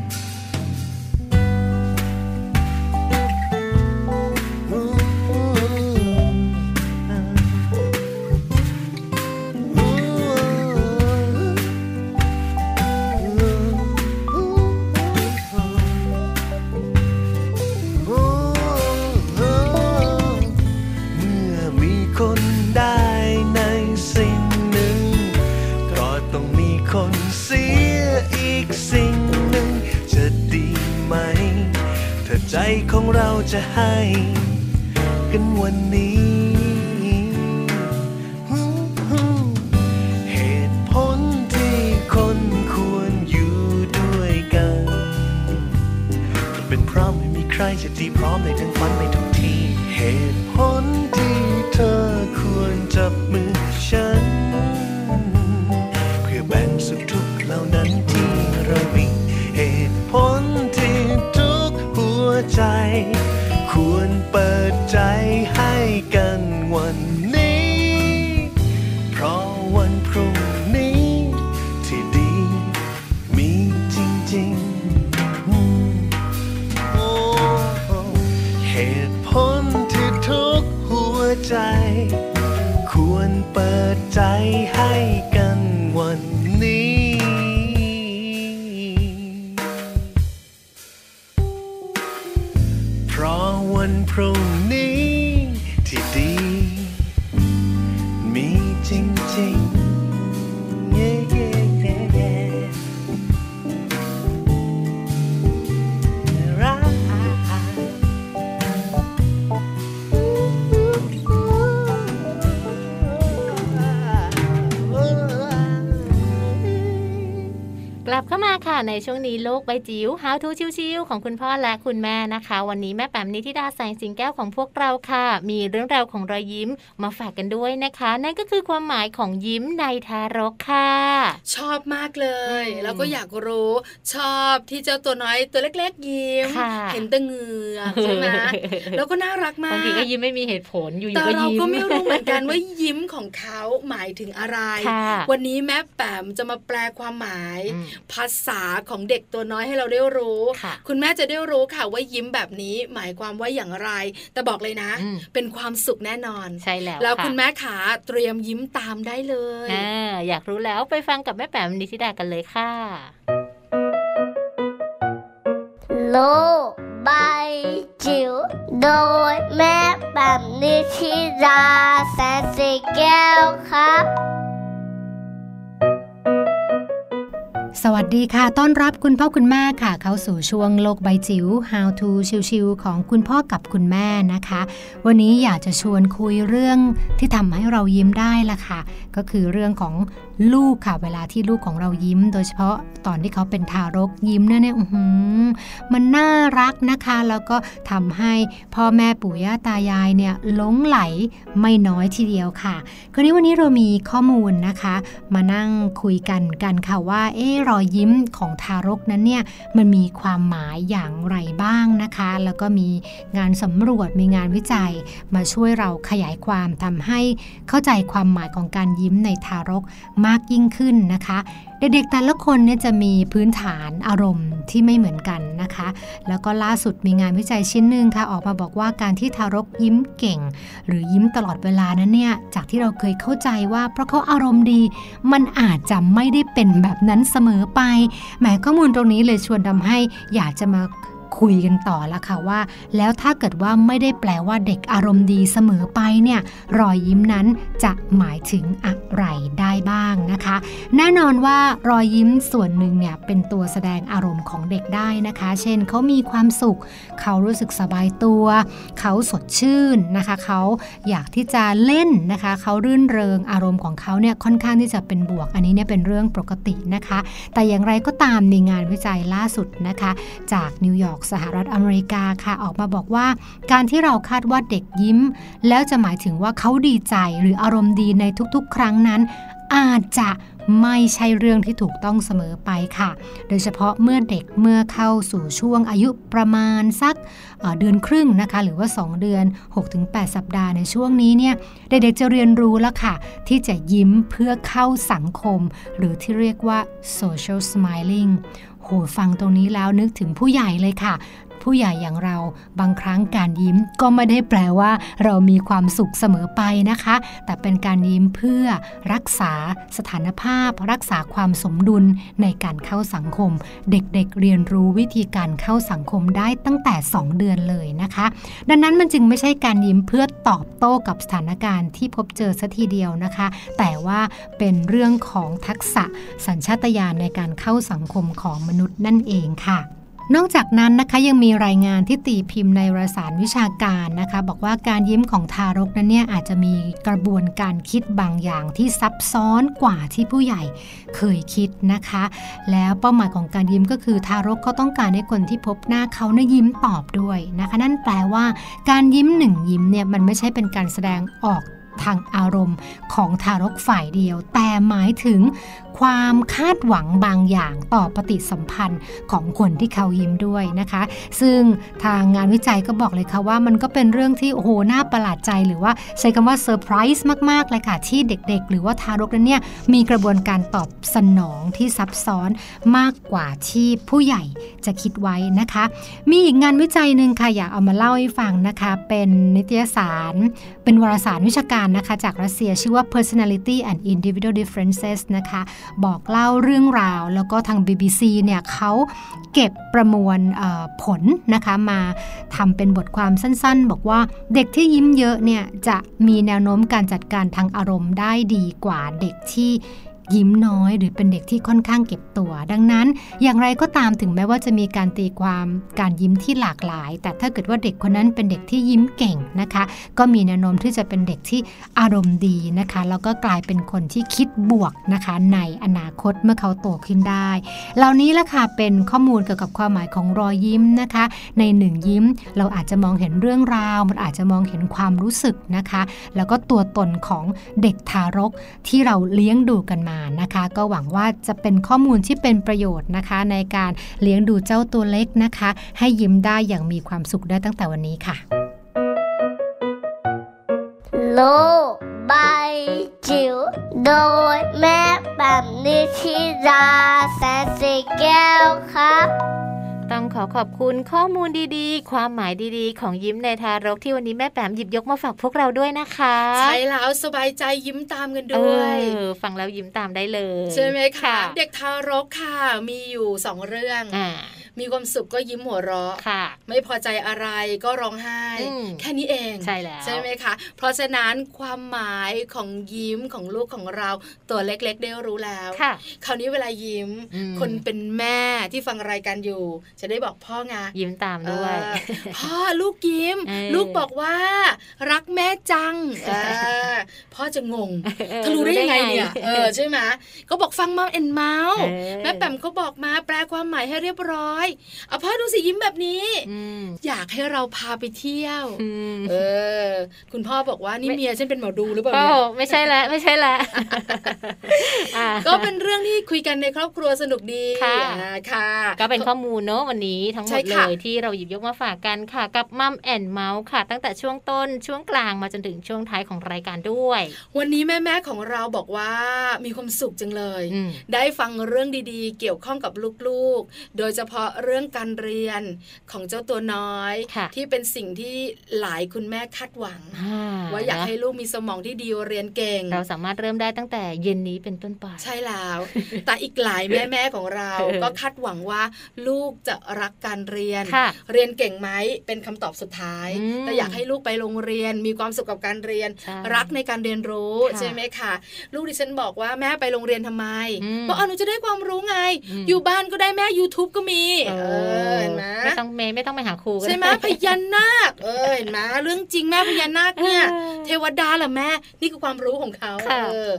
H: ๆ
E: เมื่อมีคนได้ในสิ่งหนึ่ง ก็ต้องมีคนเสียอีกสิ่งหนึ่ง จะดีไหม ถ้าใจของเราจะให้ กันวันนี้ เหตุผลที่คนควรอยู่ด้วยกัน เป็นเพราะไม่มีใครจะดีพร้อมในทั้งฝันในทุกที เหตุผลที่เธอควรจับมือฉัน เพื่อแบ่งสุขทุกข์เหล่านั้นที่เรามีเหตุผลที่ทุกหัวใจ ควรเปิดใจให้กันวันนี้ เพราะวันพรุ่งนี้ ที่ดีมีจริงๆอืม เหตุผลที่ทุกหัวใจ ควรเปิดใจให้กันวันนี้ เพราะวันพรุ่งนี้ ที่ดี มีจริงๆ yeah, yeah, yeah, yeah. Right.
B: กลับเข้ามาค่ะในช่วงนี้โลกใบจิ๋ว How to ชิวๆของคุณพ่อและคุณแม่นะคะ วันนี้แม่แปมนิธิดาแสงสิงแก้วของพวกเราค่ะ มีเรื่องราวของรอยยิ้มมาฝากกันด้วยนะคะ นั่นก็คือความหมายของยิ้มในทารกค่ะ
C: ชอบมากเลย
B: อืม
C: แล้วก็อยากรู้ชอบที่เจ้าตัวน้อยตัวเล็กๆยิ้ม
B: ค่ะ
C: เห็นแตะเหงือกใช่ไหมแล้วก็น่ารักมา
B: บาง
C: ก
B: ทีก็ยิ้มไม่มีเหตุผลอยู่
C: แต่
B: ๆก็
C: เรา
B: ยิ้ม
C: ก็ไม่รู้เหมือนกันว่ายิ้มของเขาหมายถึงอะไร
B: ค่ะ
C: วันนี้แม่แปมจะมาแปลความหมาย
B: อืม
C: ภาษาของเด็กตัวน้อยให้เราได้รู้
B: ค่ะ
C: คุณแม่จะได้รู้ค่ะว่ายิ้มแบบนี้หมายความว่าอย่างไร แต่บอกเลยนะ
B: อืม
C: เป็นความสุขแน่นอน
B: ใช่แล้ว
C: แล้ว
B: ะ
C: คุณแม่ขาเตรียมยิ้มตามได้เลย
B: อ่าอยากรู้แล้วไปฟังกับแม่แปมนิธิดากันเลยค่ะ
G: Lô bay chiều đôi mép bằng đi khi ra sẽ xì keo khắp
I: สวัสดีค่ะ ต้อนรับคุณพ่อคุณแม่ค่ะ เข้าสู่ช่วงโลกใบจิ๋ว How to ชิวๆของคุณพ่อกับคุณแม่นะคะ วันนี้อยากจะชวนคุยเรื่องที่ทำให้เรายิ้มได้ละค่ะ ก็คือเรื่องของลูกค่ะ เวลาที่ลูกของเรายิ้ม โดยเฉพาะตอนที่เขาเป็นทารกยิ้มเนี่ยเนี่ยอื้อหือมันน่ารักนะคะ แล้วก็ทำให้พ่อแม่ปู่ย่าตายายเนี่ยหลงไหลไม่น้อยทีเดียวค่ะ คราวนี้วันนี้เรามีข้อมูลนะคะ มานั่งคุยกันกันค่ะว่าเอ๊ะรอยยิ้มของทารกนั้นเนี่ยมันมีความหมายอย่างไรบ้างนะคะ แล้วก็มีงานสำรวจมีงานวิจัย มาช่วยเราขยายความทำให้เข้าใจความหมายของการยิ้มในทารกมากยิ่งขึ้นนะคะ เด็กๆแต่ละคนเนี่ยจะมีพื้นฐานอารมณ์ที่ไม่เหมือนกันนะคะ แล้วก็ล่าสุดมีงานวิจัยชิ้นหนึ่งค่ะออกมาบอกว่าการที่ทารกยิ้มเก่ง หรือยิ้มตลอดเวลานั้นเนี่ย จากที่เราเคยเข้าใจว่าเพราะเขาอารมณ์ดี มันอาจจะไม่ได้เป็นแบบนั้นเสมอไป แหมข้อมูลตรงนี้เลยชวนทำให้อยากจะมาคุยกันต่อละค่ะว่า แล้วถ้าเกิดว่าไม่ได้แปลว่าเด็กอารมณ์ดีเสมอไปเนี่ย รอยยิ้มนั้นจะหมายถึงอะไรได้บ้างนะคะ แน่นอนว่ารอยยิ้มส่วนหนึ่งเนี่ยเป็นตัวแสดงอารมณ์ของเด็กได้นะคะ เช่นเขามีความสุข เขารู้สึกสบายตัว เขาสดชื่นนะคะ เขาอยากที่จะเล่นนะคะ เขารื่นเริงอารมณ์ของเขาเนี่ยค่อนข้างที่จะเป็นบวก อันนี้เนี่ยเป็นเรื่องปกตินะคะ แต่อย่างไรก็ตามในงานวิจัยล่าสุดนะคะ จากนิวยอร์กสหรัฐอเมริกาค่ะออกมาบอกว่า การที่เราคาดว่าเด็กยิ้ม แล้วจะหมายถึงว่าเขาดีใจหรืออารมณ์ดีในทุกๆ ครั้งนั้น อาจจะ ไม่ใช่เรื่องที่ถูกต้องเสมอไปค่ะ โดยเฉพาะเมื่อเด็กเมื่อเข้าสู่ช่วงอายุประมาณสักเอ่อเดือนครึ่งนะคะ หรือว่า 2 เดือน 6-8 สัปดาห์ในช่วงนี้เนี่ยเด็กๆจะเรียนรู้แล้วค่ะ ที่จะยิ้มเพื่อเข้าสังคม หรือที่เรียกว่า social smiling โหฟังตรงนี้แล้วนึกถึงผู้ใหญ่เลยค่ะ ผู้ใหญ่อย่างเราบางครั้งการยิ้มก็ไม่ได้แปลว่า เรามีความสุขเสมอไปนะคะ แต่เป็นการยิ้มเพื่อรักษาสถานภาพ รักษาความสมดุลในการเข้าสังคม เด็กๆเรียนรู้วิธีการเข้าสังคมได้ตั้งแต่ 2 เดือนเลยนะคะ ดังนั้นมันจึงไม่ใช่การยิ้มเพื่อตอบโต้กับสถานการณ์ที่พบเจอสัทีเดียวนะคะ แต่ว่าเป็นเรื่องของทักษะสัญชาตญาณในการเข้าสังคมของมนุษย์นั่นเองค่ะ นอกจากนั้นนะคะยังมีรายงานที่ตีพิมพ์ในวารสารวิชาการนะคะ บอกว่าการยิ้มของทารกนั้นเนี่ยอาจจะมีกระบวนการคิดบางอย่างที่ซับซ้อนกว่าที่ผู้ใหญ่เคยคิดนะคะ แล้วเป้าหมายของการยิ้มก็คือทารกก็ต้องการให้คนที่พบหน้าเขาเนี่ยยิ้มตอบด้วยนะคะ นั่นแปลว่าการยิ้มหนึ่งยิ้มเนี่ยมันไม่ใช่เป็นการแสดงออกทางอารมณ์ของทารกฝ่ายเดียว แต่หมายถึงความคาดหวังบางอย่างต่อปฏิสัมพันธ์ของคนที่เขายิ้มด้วยนะคะ ซึ่งทางงานวิจัยก็บอกเลยค่ะว่ามันก็เป็นเรื่องที่โอ้โหน่าประหลาดใจหรือว่าใช้คำว่าเซอร์ไพรส์มากๆเลยค่ะที่เด็กๆ หรือว่าทารกนั้นเนี่ยมีกระบวนการตอบสนองที่ซับซ้อนมากกว่าที่ผู้ใหญ่จะคิดไว้นะคะ มีอีกงานวิจัยหนึ่งค่ะอยากเอามาเล่าให้ฟังนะคะ เป็นนิตยสาร เป็นวารสารวิชาการนะคะ จากรัสเซียชื่อว่า personality and individual differences นะคะ บอกเล่าเรื่องราว แล้วก็ทาง BBC เนี่ยเขาเก็บประมวลเอ่อผลนะคะมาทำเป็นบทความสั้นๆ บอกว่าเด็กที่ยิ้มเยอะเนี่ยจะมีแนวโน้มการจัดการทางอารมณ์ได้ดีกว่าเด็กที่ยิ้มน้อย หรือเป็นเด็กที่ค่อนข้างเก็บตัว ดังนั้น อย่างไรก็ตามถึงแม้ว่าจะมีการตีความการยิ้มที่หลากหลาย แต่ถ้าเกิดว่าเด็กคนนั้นเป็นเด็กที่ยิ้มเก่งนะคะ ก็มีแนวโน้มที่จะเป็นเด็กที่อารมณ์ดีนะคะ แล้วก็กลายเป็นคนที่คิดบวกนะคะ ในอนาคตเมื่อเขาโตขึ้นได้ เหล่านี้ละค่ะเป็นข้อมูลเกี่ยวกับความหมายของรอยยิ้มนะคะ ในหนึ่งยิ้ม เราอาจจะมองเห็นเรื่องราว มันอาจจะมองเห็นความรู้สึกนะคะ แล้วก็ตัวตนของเด็กทารกที่เราเลี้ยงดูกันมานะคะ ก็หวังว่าจะเป็นข้อมูลที่เป็นประโยชน์นะคะ ในการเลี้ยงดูเจ้าตัวเล็กนะคะ ให้ยิ้มได้อย่างมีความสุขได้ตั้งแต่วันนี้ค่ะ
G: โลกใบจิ๋วโดยแม่แบบนิชิราแสนสีแก้วครับ
B: ต้องขอขอบคุณข้อมูลดีๆ ความหมายดีๆ ของยิ้มในทารกที่วันนี้แม่แปมหยิบยกมาฝากพวกเราด้วยนะคะ
C: ใช่แล้วสบายใจยิ้มตามกัน
B: เอ
C: ด้วย
B: อฟังแล้วยิ้มตามได้เลย
C: ใช่ไหมคะ เด็กทารกค่ะ มีอยู่สองเรื่อง
B: อ่า
C: มีความสุขก็ยิ้มหัวเราะ
B: ค่ะ
C: ไม่พอใจอะไรก็ร้องไห้
B: อืม
C: แค่นี้เอง
B: ใช่แล้ว
C: ใช่ไหมคะ เพราะฉะนั้นความหมายของยิ้มของลูกของเราตัวเล็กๆได้รู้แล้ว
B: ค่ะ
C: คราวนี้เวลายิ้ม
B: อืม
C: คนเป็นแม่ที่ฟังรายการอยู่ จะได้บอกพ่อไง
B: ยิ้มตามด้วย
C: เออพ่อลูกยิ้ม
B: เออ
C: ลูกบอกว่า รักแม่จังเออพ่อจะงง เธอรู้ได้ยังไงเนี่ย เออใช่ไหมก็บอกฟังมัมแอนเมาส์
B: เออ
C: แม่แปมเขาบอกมาแปลความหมายให้เรียบร้อยเอาพ่อดูสิยิ้มแบบนี้
B: อืม
C: อยากให้เราพาไปเที่ยว
B: อืม
C: เออ คุณพ่อบอกว่านี่
B: ไม่
C: เมียฉันเป็นหมอดูหรือเปล่า
B: โอ้
C: เนี่ย
B: ไม่ใช่ละไม่ใช่ละอ่ะ
C: ก็เป็นเรื่องที่คุยกันในครอบครัวสนุกดี
B: ค่ะ
C: อ่าค่ะ
B: ก็เป็นข้อมูลเนอะวันนี้ทั้งหม
C: ใช่
B: ดเล
C: ค่ะ
B: ยที่เราหยิบยกมาฝากกันค่ะ กับมัมแอนเมาส์ค่ะ ตั้งแต่ช่วงต้นช่วงกลางมาจนถึงช่วงท้ายของรายการด้วย
C: วันนี้แม่ๆของเราบอกว่ามีความสุขจังเลย
B: อืม
C: ได้ฟังเรื่องดีๆ เกี่ยวข้องกับลูกๆ โดยเฉพาะเรื่องการเรียนของเจ้าตัวน้อย
B: ค่ะ
C: ที่เป็นสิ่งที่หลายคุณแม่คาดหวัง
B: อ่
C: ว่าอยาก
B: นะ
C: ให้ลูกมีสมองที่ดีเรียนเก่ง
B: เราสามารถเริ่มได้ตั้งแต่เย็นนี้เป็นต้นไป
C: ใช่แล้ว แต่อีกหลายแม่แม่ๆของเรา
B: เออ
C: ก็คาดหวังว่า ลูกจะรักการเรียน
B: ค่ะ
C: เรียนเก่งไหมเป็นคำตอบสุดท้าย
B: อืม
C: แต่อยากให้ลูกไปโรงเรียน มีความสุขกับการเรียน
B: ใช่
C: รักในการเรียนรู้
B: ค่ะ
C: ใช่ไหมคะลูกดิฉันบอกว่าแม่ไปโรงเรียนทำไม
B: อืม
C: บอกเอาหนูจะได้ความรู้ไง
B: อืม
C: อยู่บ้านก็ได้แม่ YouTube ก็มี เออเห็นไหม
B: ไม่ต้องเมย์ไม่ต้องไปหาครูก็ด้
C: ใช่ไหมพญานาคเออเห็นไหมเรื่องจริงแม่พญานาคเนี่ย
B: เออ
C: เทวดาแหละแม่นี่คือความรู้ของเขา
B: ค่ะ
C: เออ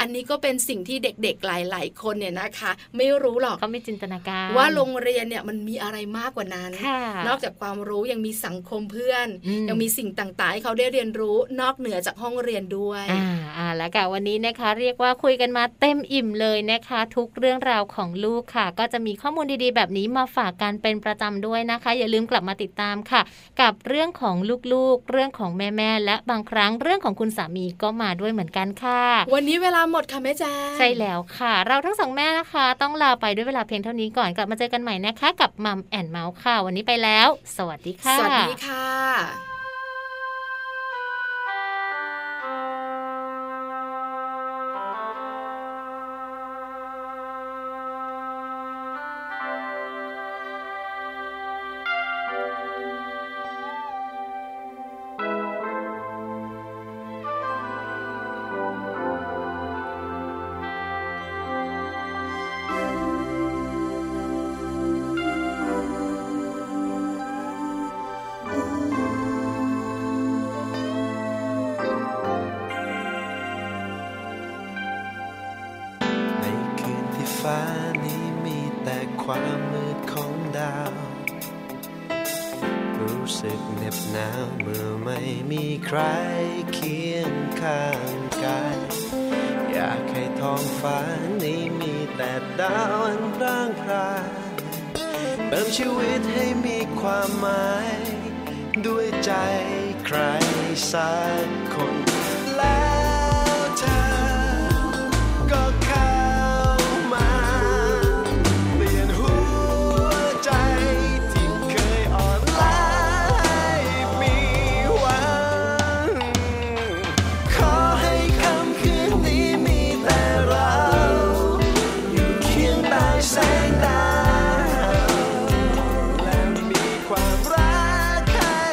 C: อันนี้ก็เป็นสิ่งที่เด็กๆหลายๆคนเนี่ยนะคะ ไม่รู้หรอก
B: เขาไม่จินตนาการ
C: ว่าโรงเรียนเนี่ยมันมีอะไรมากกว่านั้น
B: ค่ะ
C: นอกจากความรู้ยังมีสังคมเพื่อน
B: อืม
C: ยังมีสิ่งต่างๆให้เขาได้เรียนรู้นอกเหนือจากห้องเรียนด้วย
B: อ่าอ่าแล้วค่ะวันนี้นะคะ เรียกว่าคุยกันมาเต็มอิ่มเลยนะคะ ทุกเรื่องราวของลูกค่ะ ก็จะมีข้อมูลดีๆ แบบนี้มาฝากกันเป็นประจำด้วยนะคะ อย่าลืมกลับมาติดตามค่ะ กับเรื่องของลูกๆ เรื่องของแม่ๆและบางครั้งเรื่องของคุณสามีก็มาด้วยเหมือนกันค่ะ
C: วันนี้เวลาหมดค่ะแม่แจ้ง
B: ใช่แล้วค่ะ เราทั้งสองแม่นะคะ ต้องลาไปด้วยเวลาเพียงเท่านี้ก่อนกลับมาเจอกันใหม่นะคะ กับมัมแอนเมาส์ค่ะ วันนี้ไปแล้ว สวัสดีค่ะ
C: สวัสดีค่ะ
E: ในคืนที่ฟ้านี้มีแต่ความมืดของดาว รู้สึกเหน็บหนาวเมื่อไม่มีใครเคียงข้างกาย อยากให้ท้องฟ้านี้มีแต่ดาวอันพร่างพรายเติมชีวิตให้มีความหมาย ด้วยใจใครสักคน แล้วเธอ ก็เข้ามา เปลี่ยนหัวใจที่เคยอ่อนล้าให้มีหวัง ขอให้คำคืนนี้มีแต่เรา อยู่เคียงใต้สายตา และมีความรักให้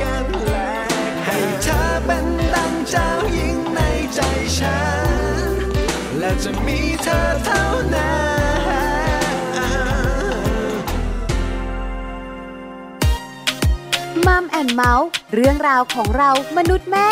E: กันและกันให้เธอเป็นดังเจ้าหญิงในใจฉัน และจะมีเธอเท่านั้น
J: มัมแอนเมาส์เรื่องราวของเรามนุษย์แม่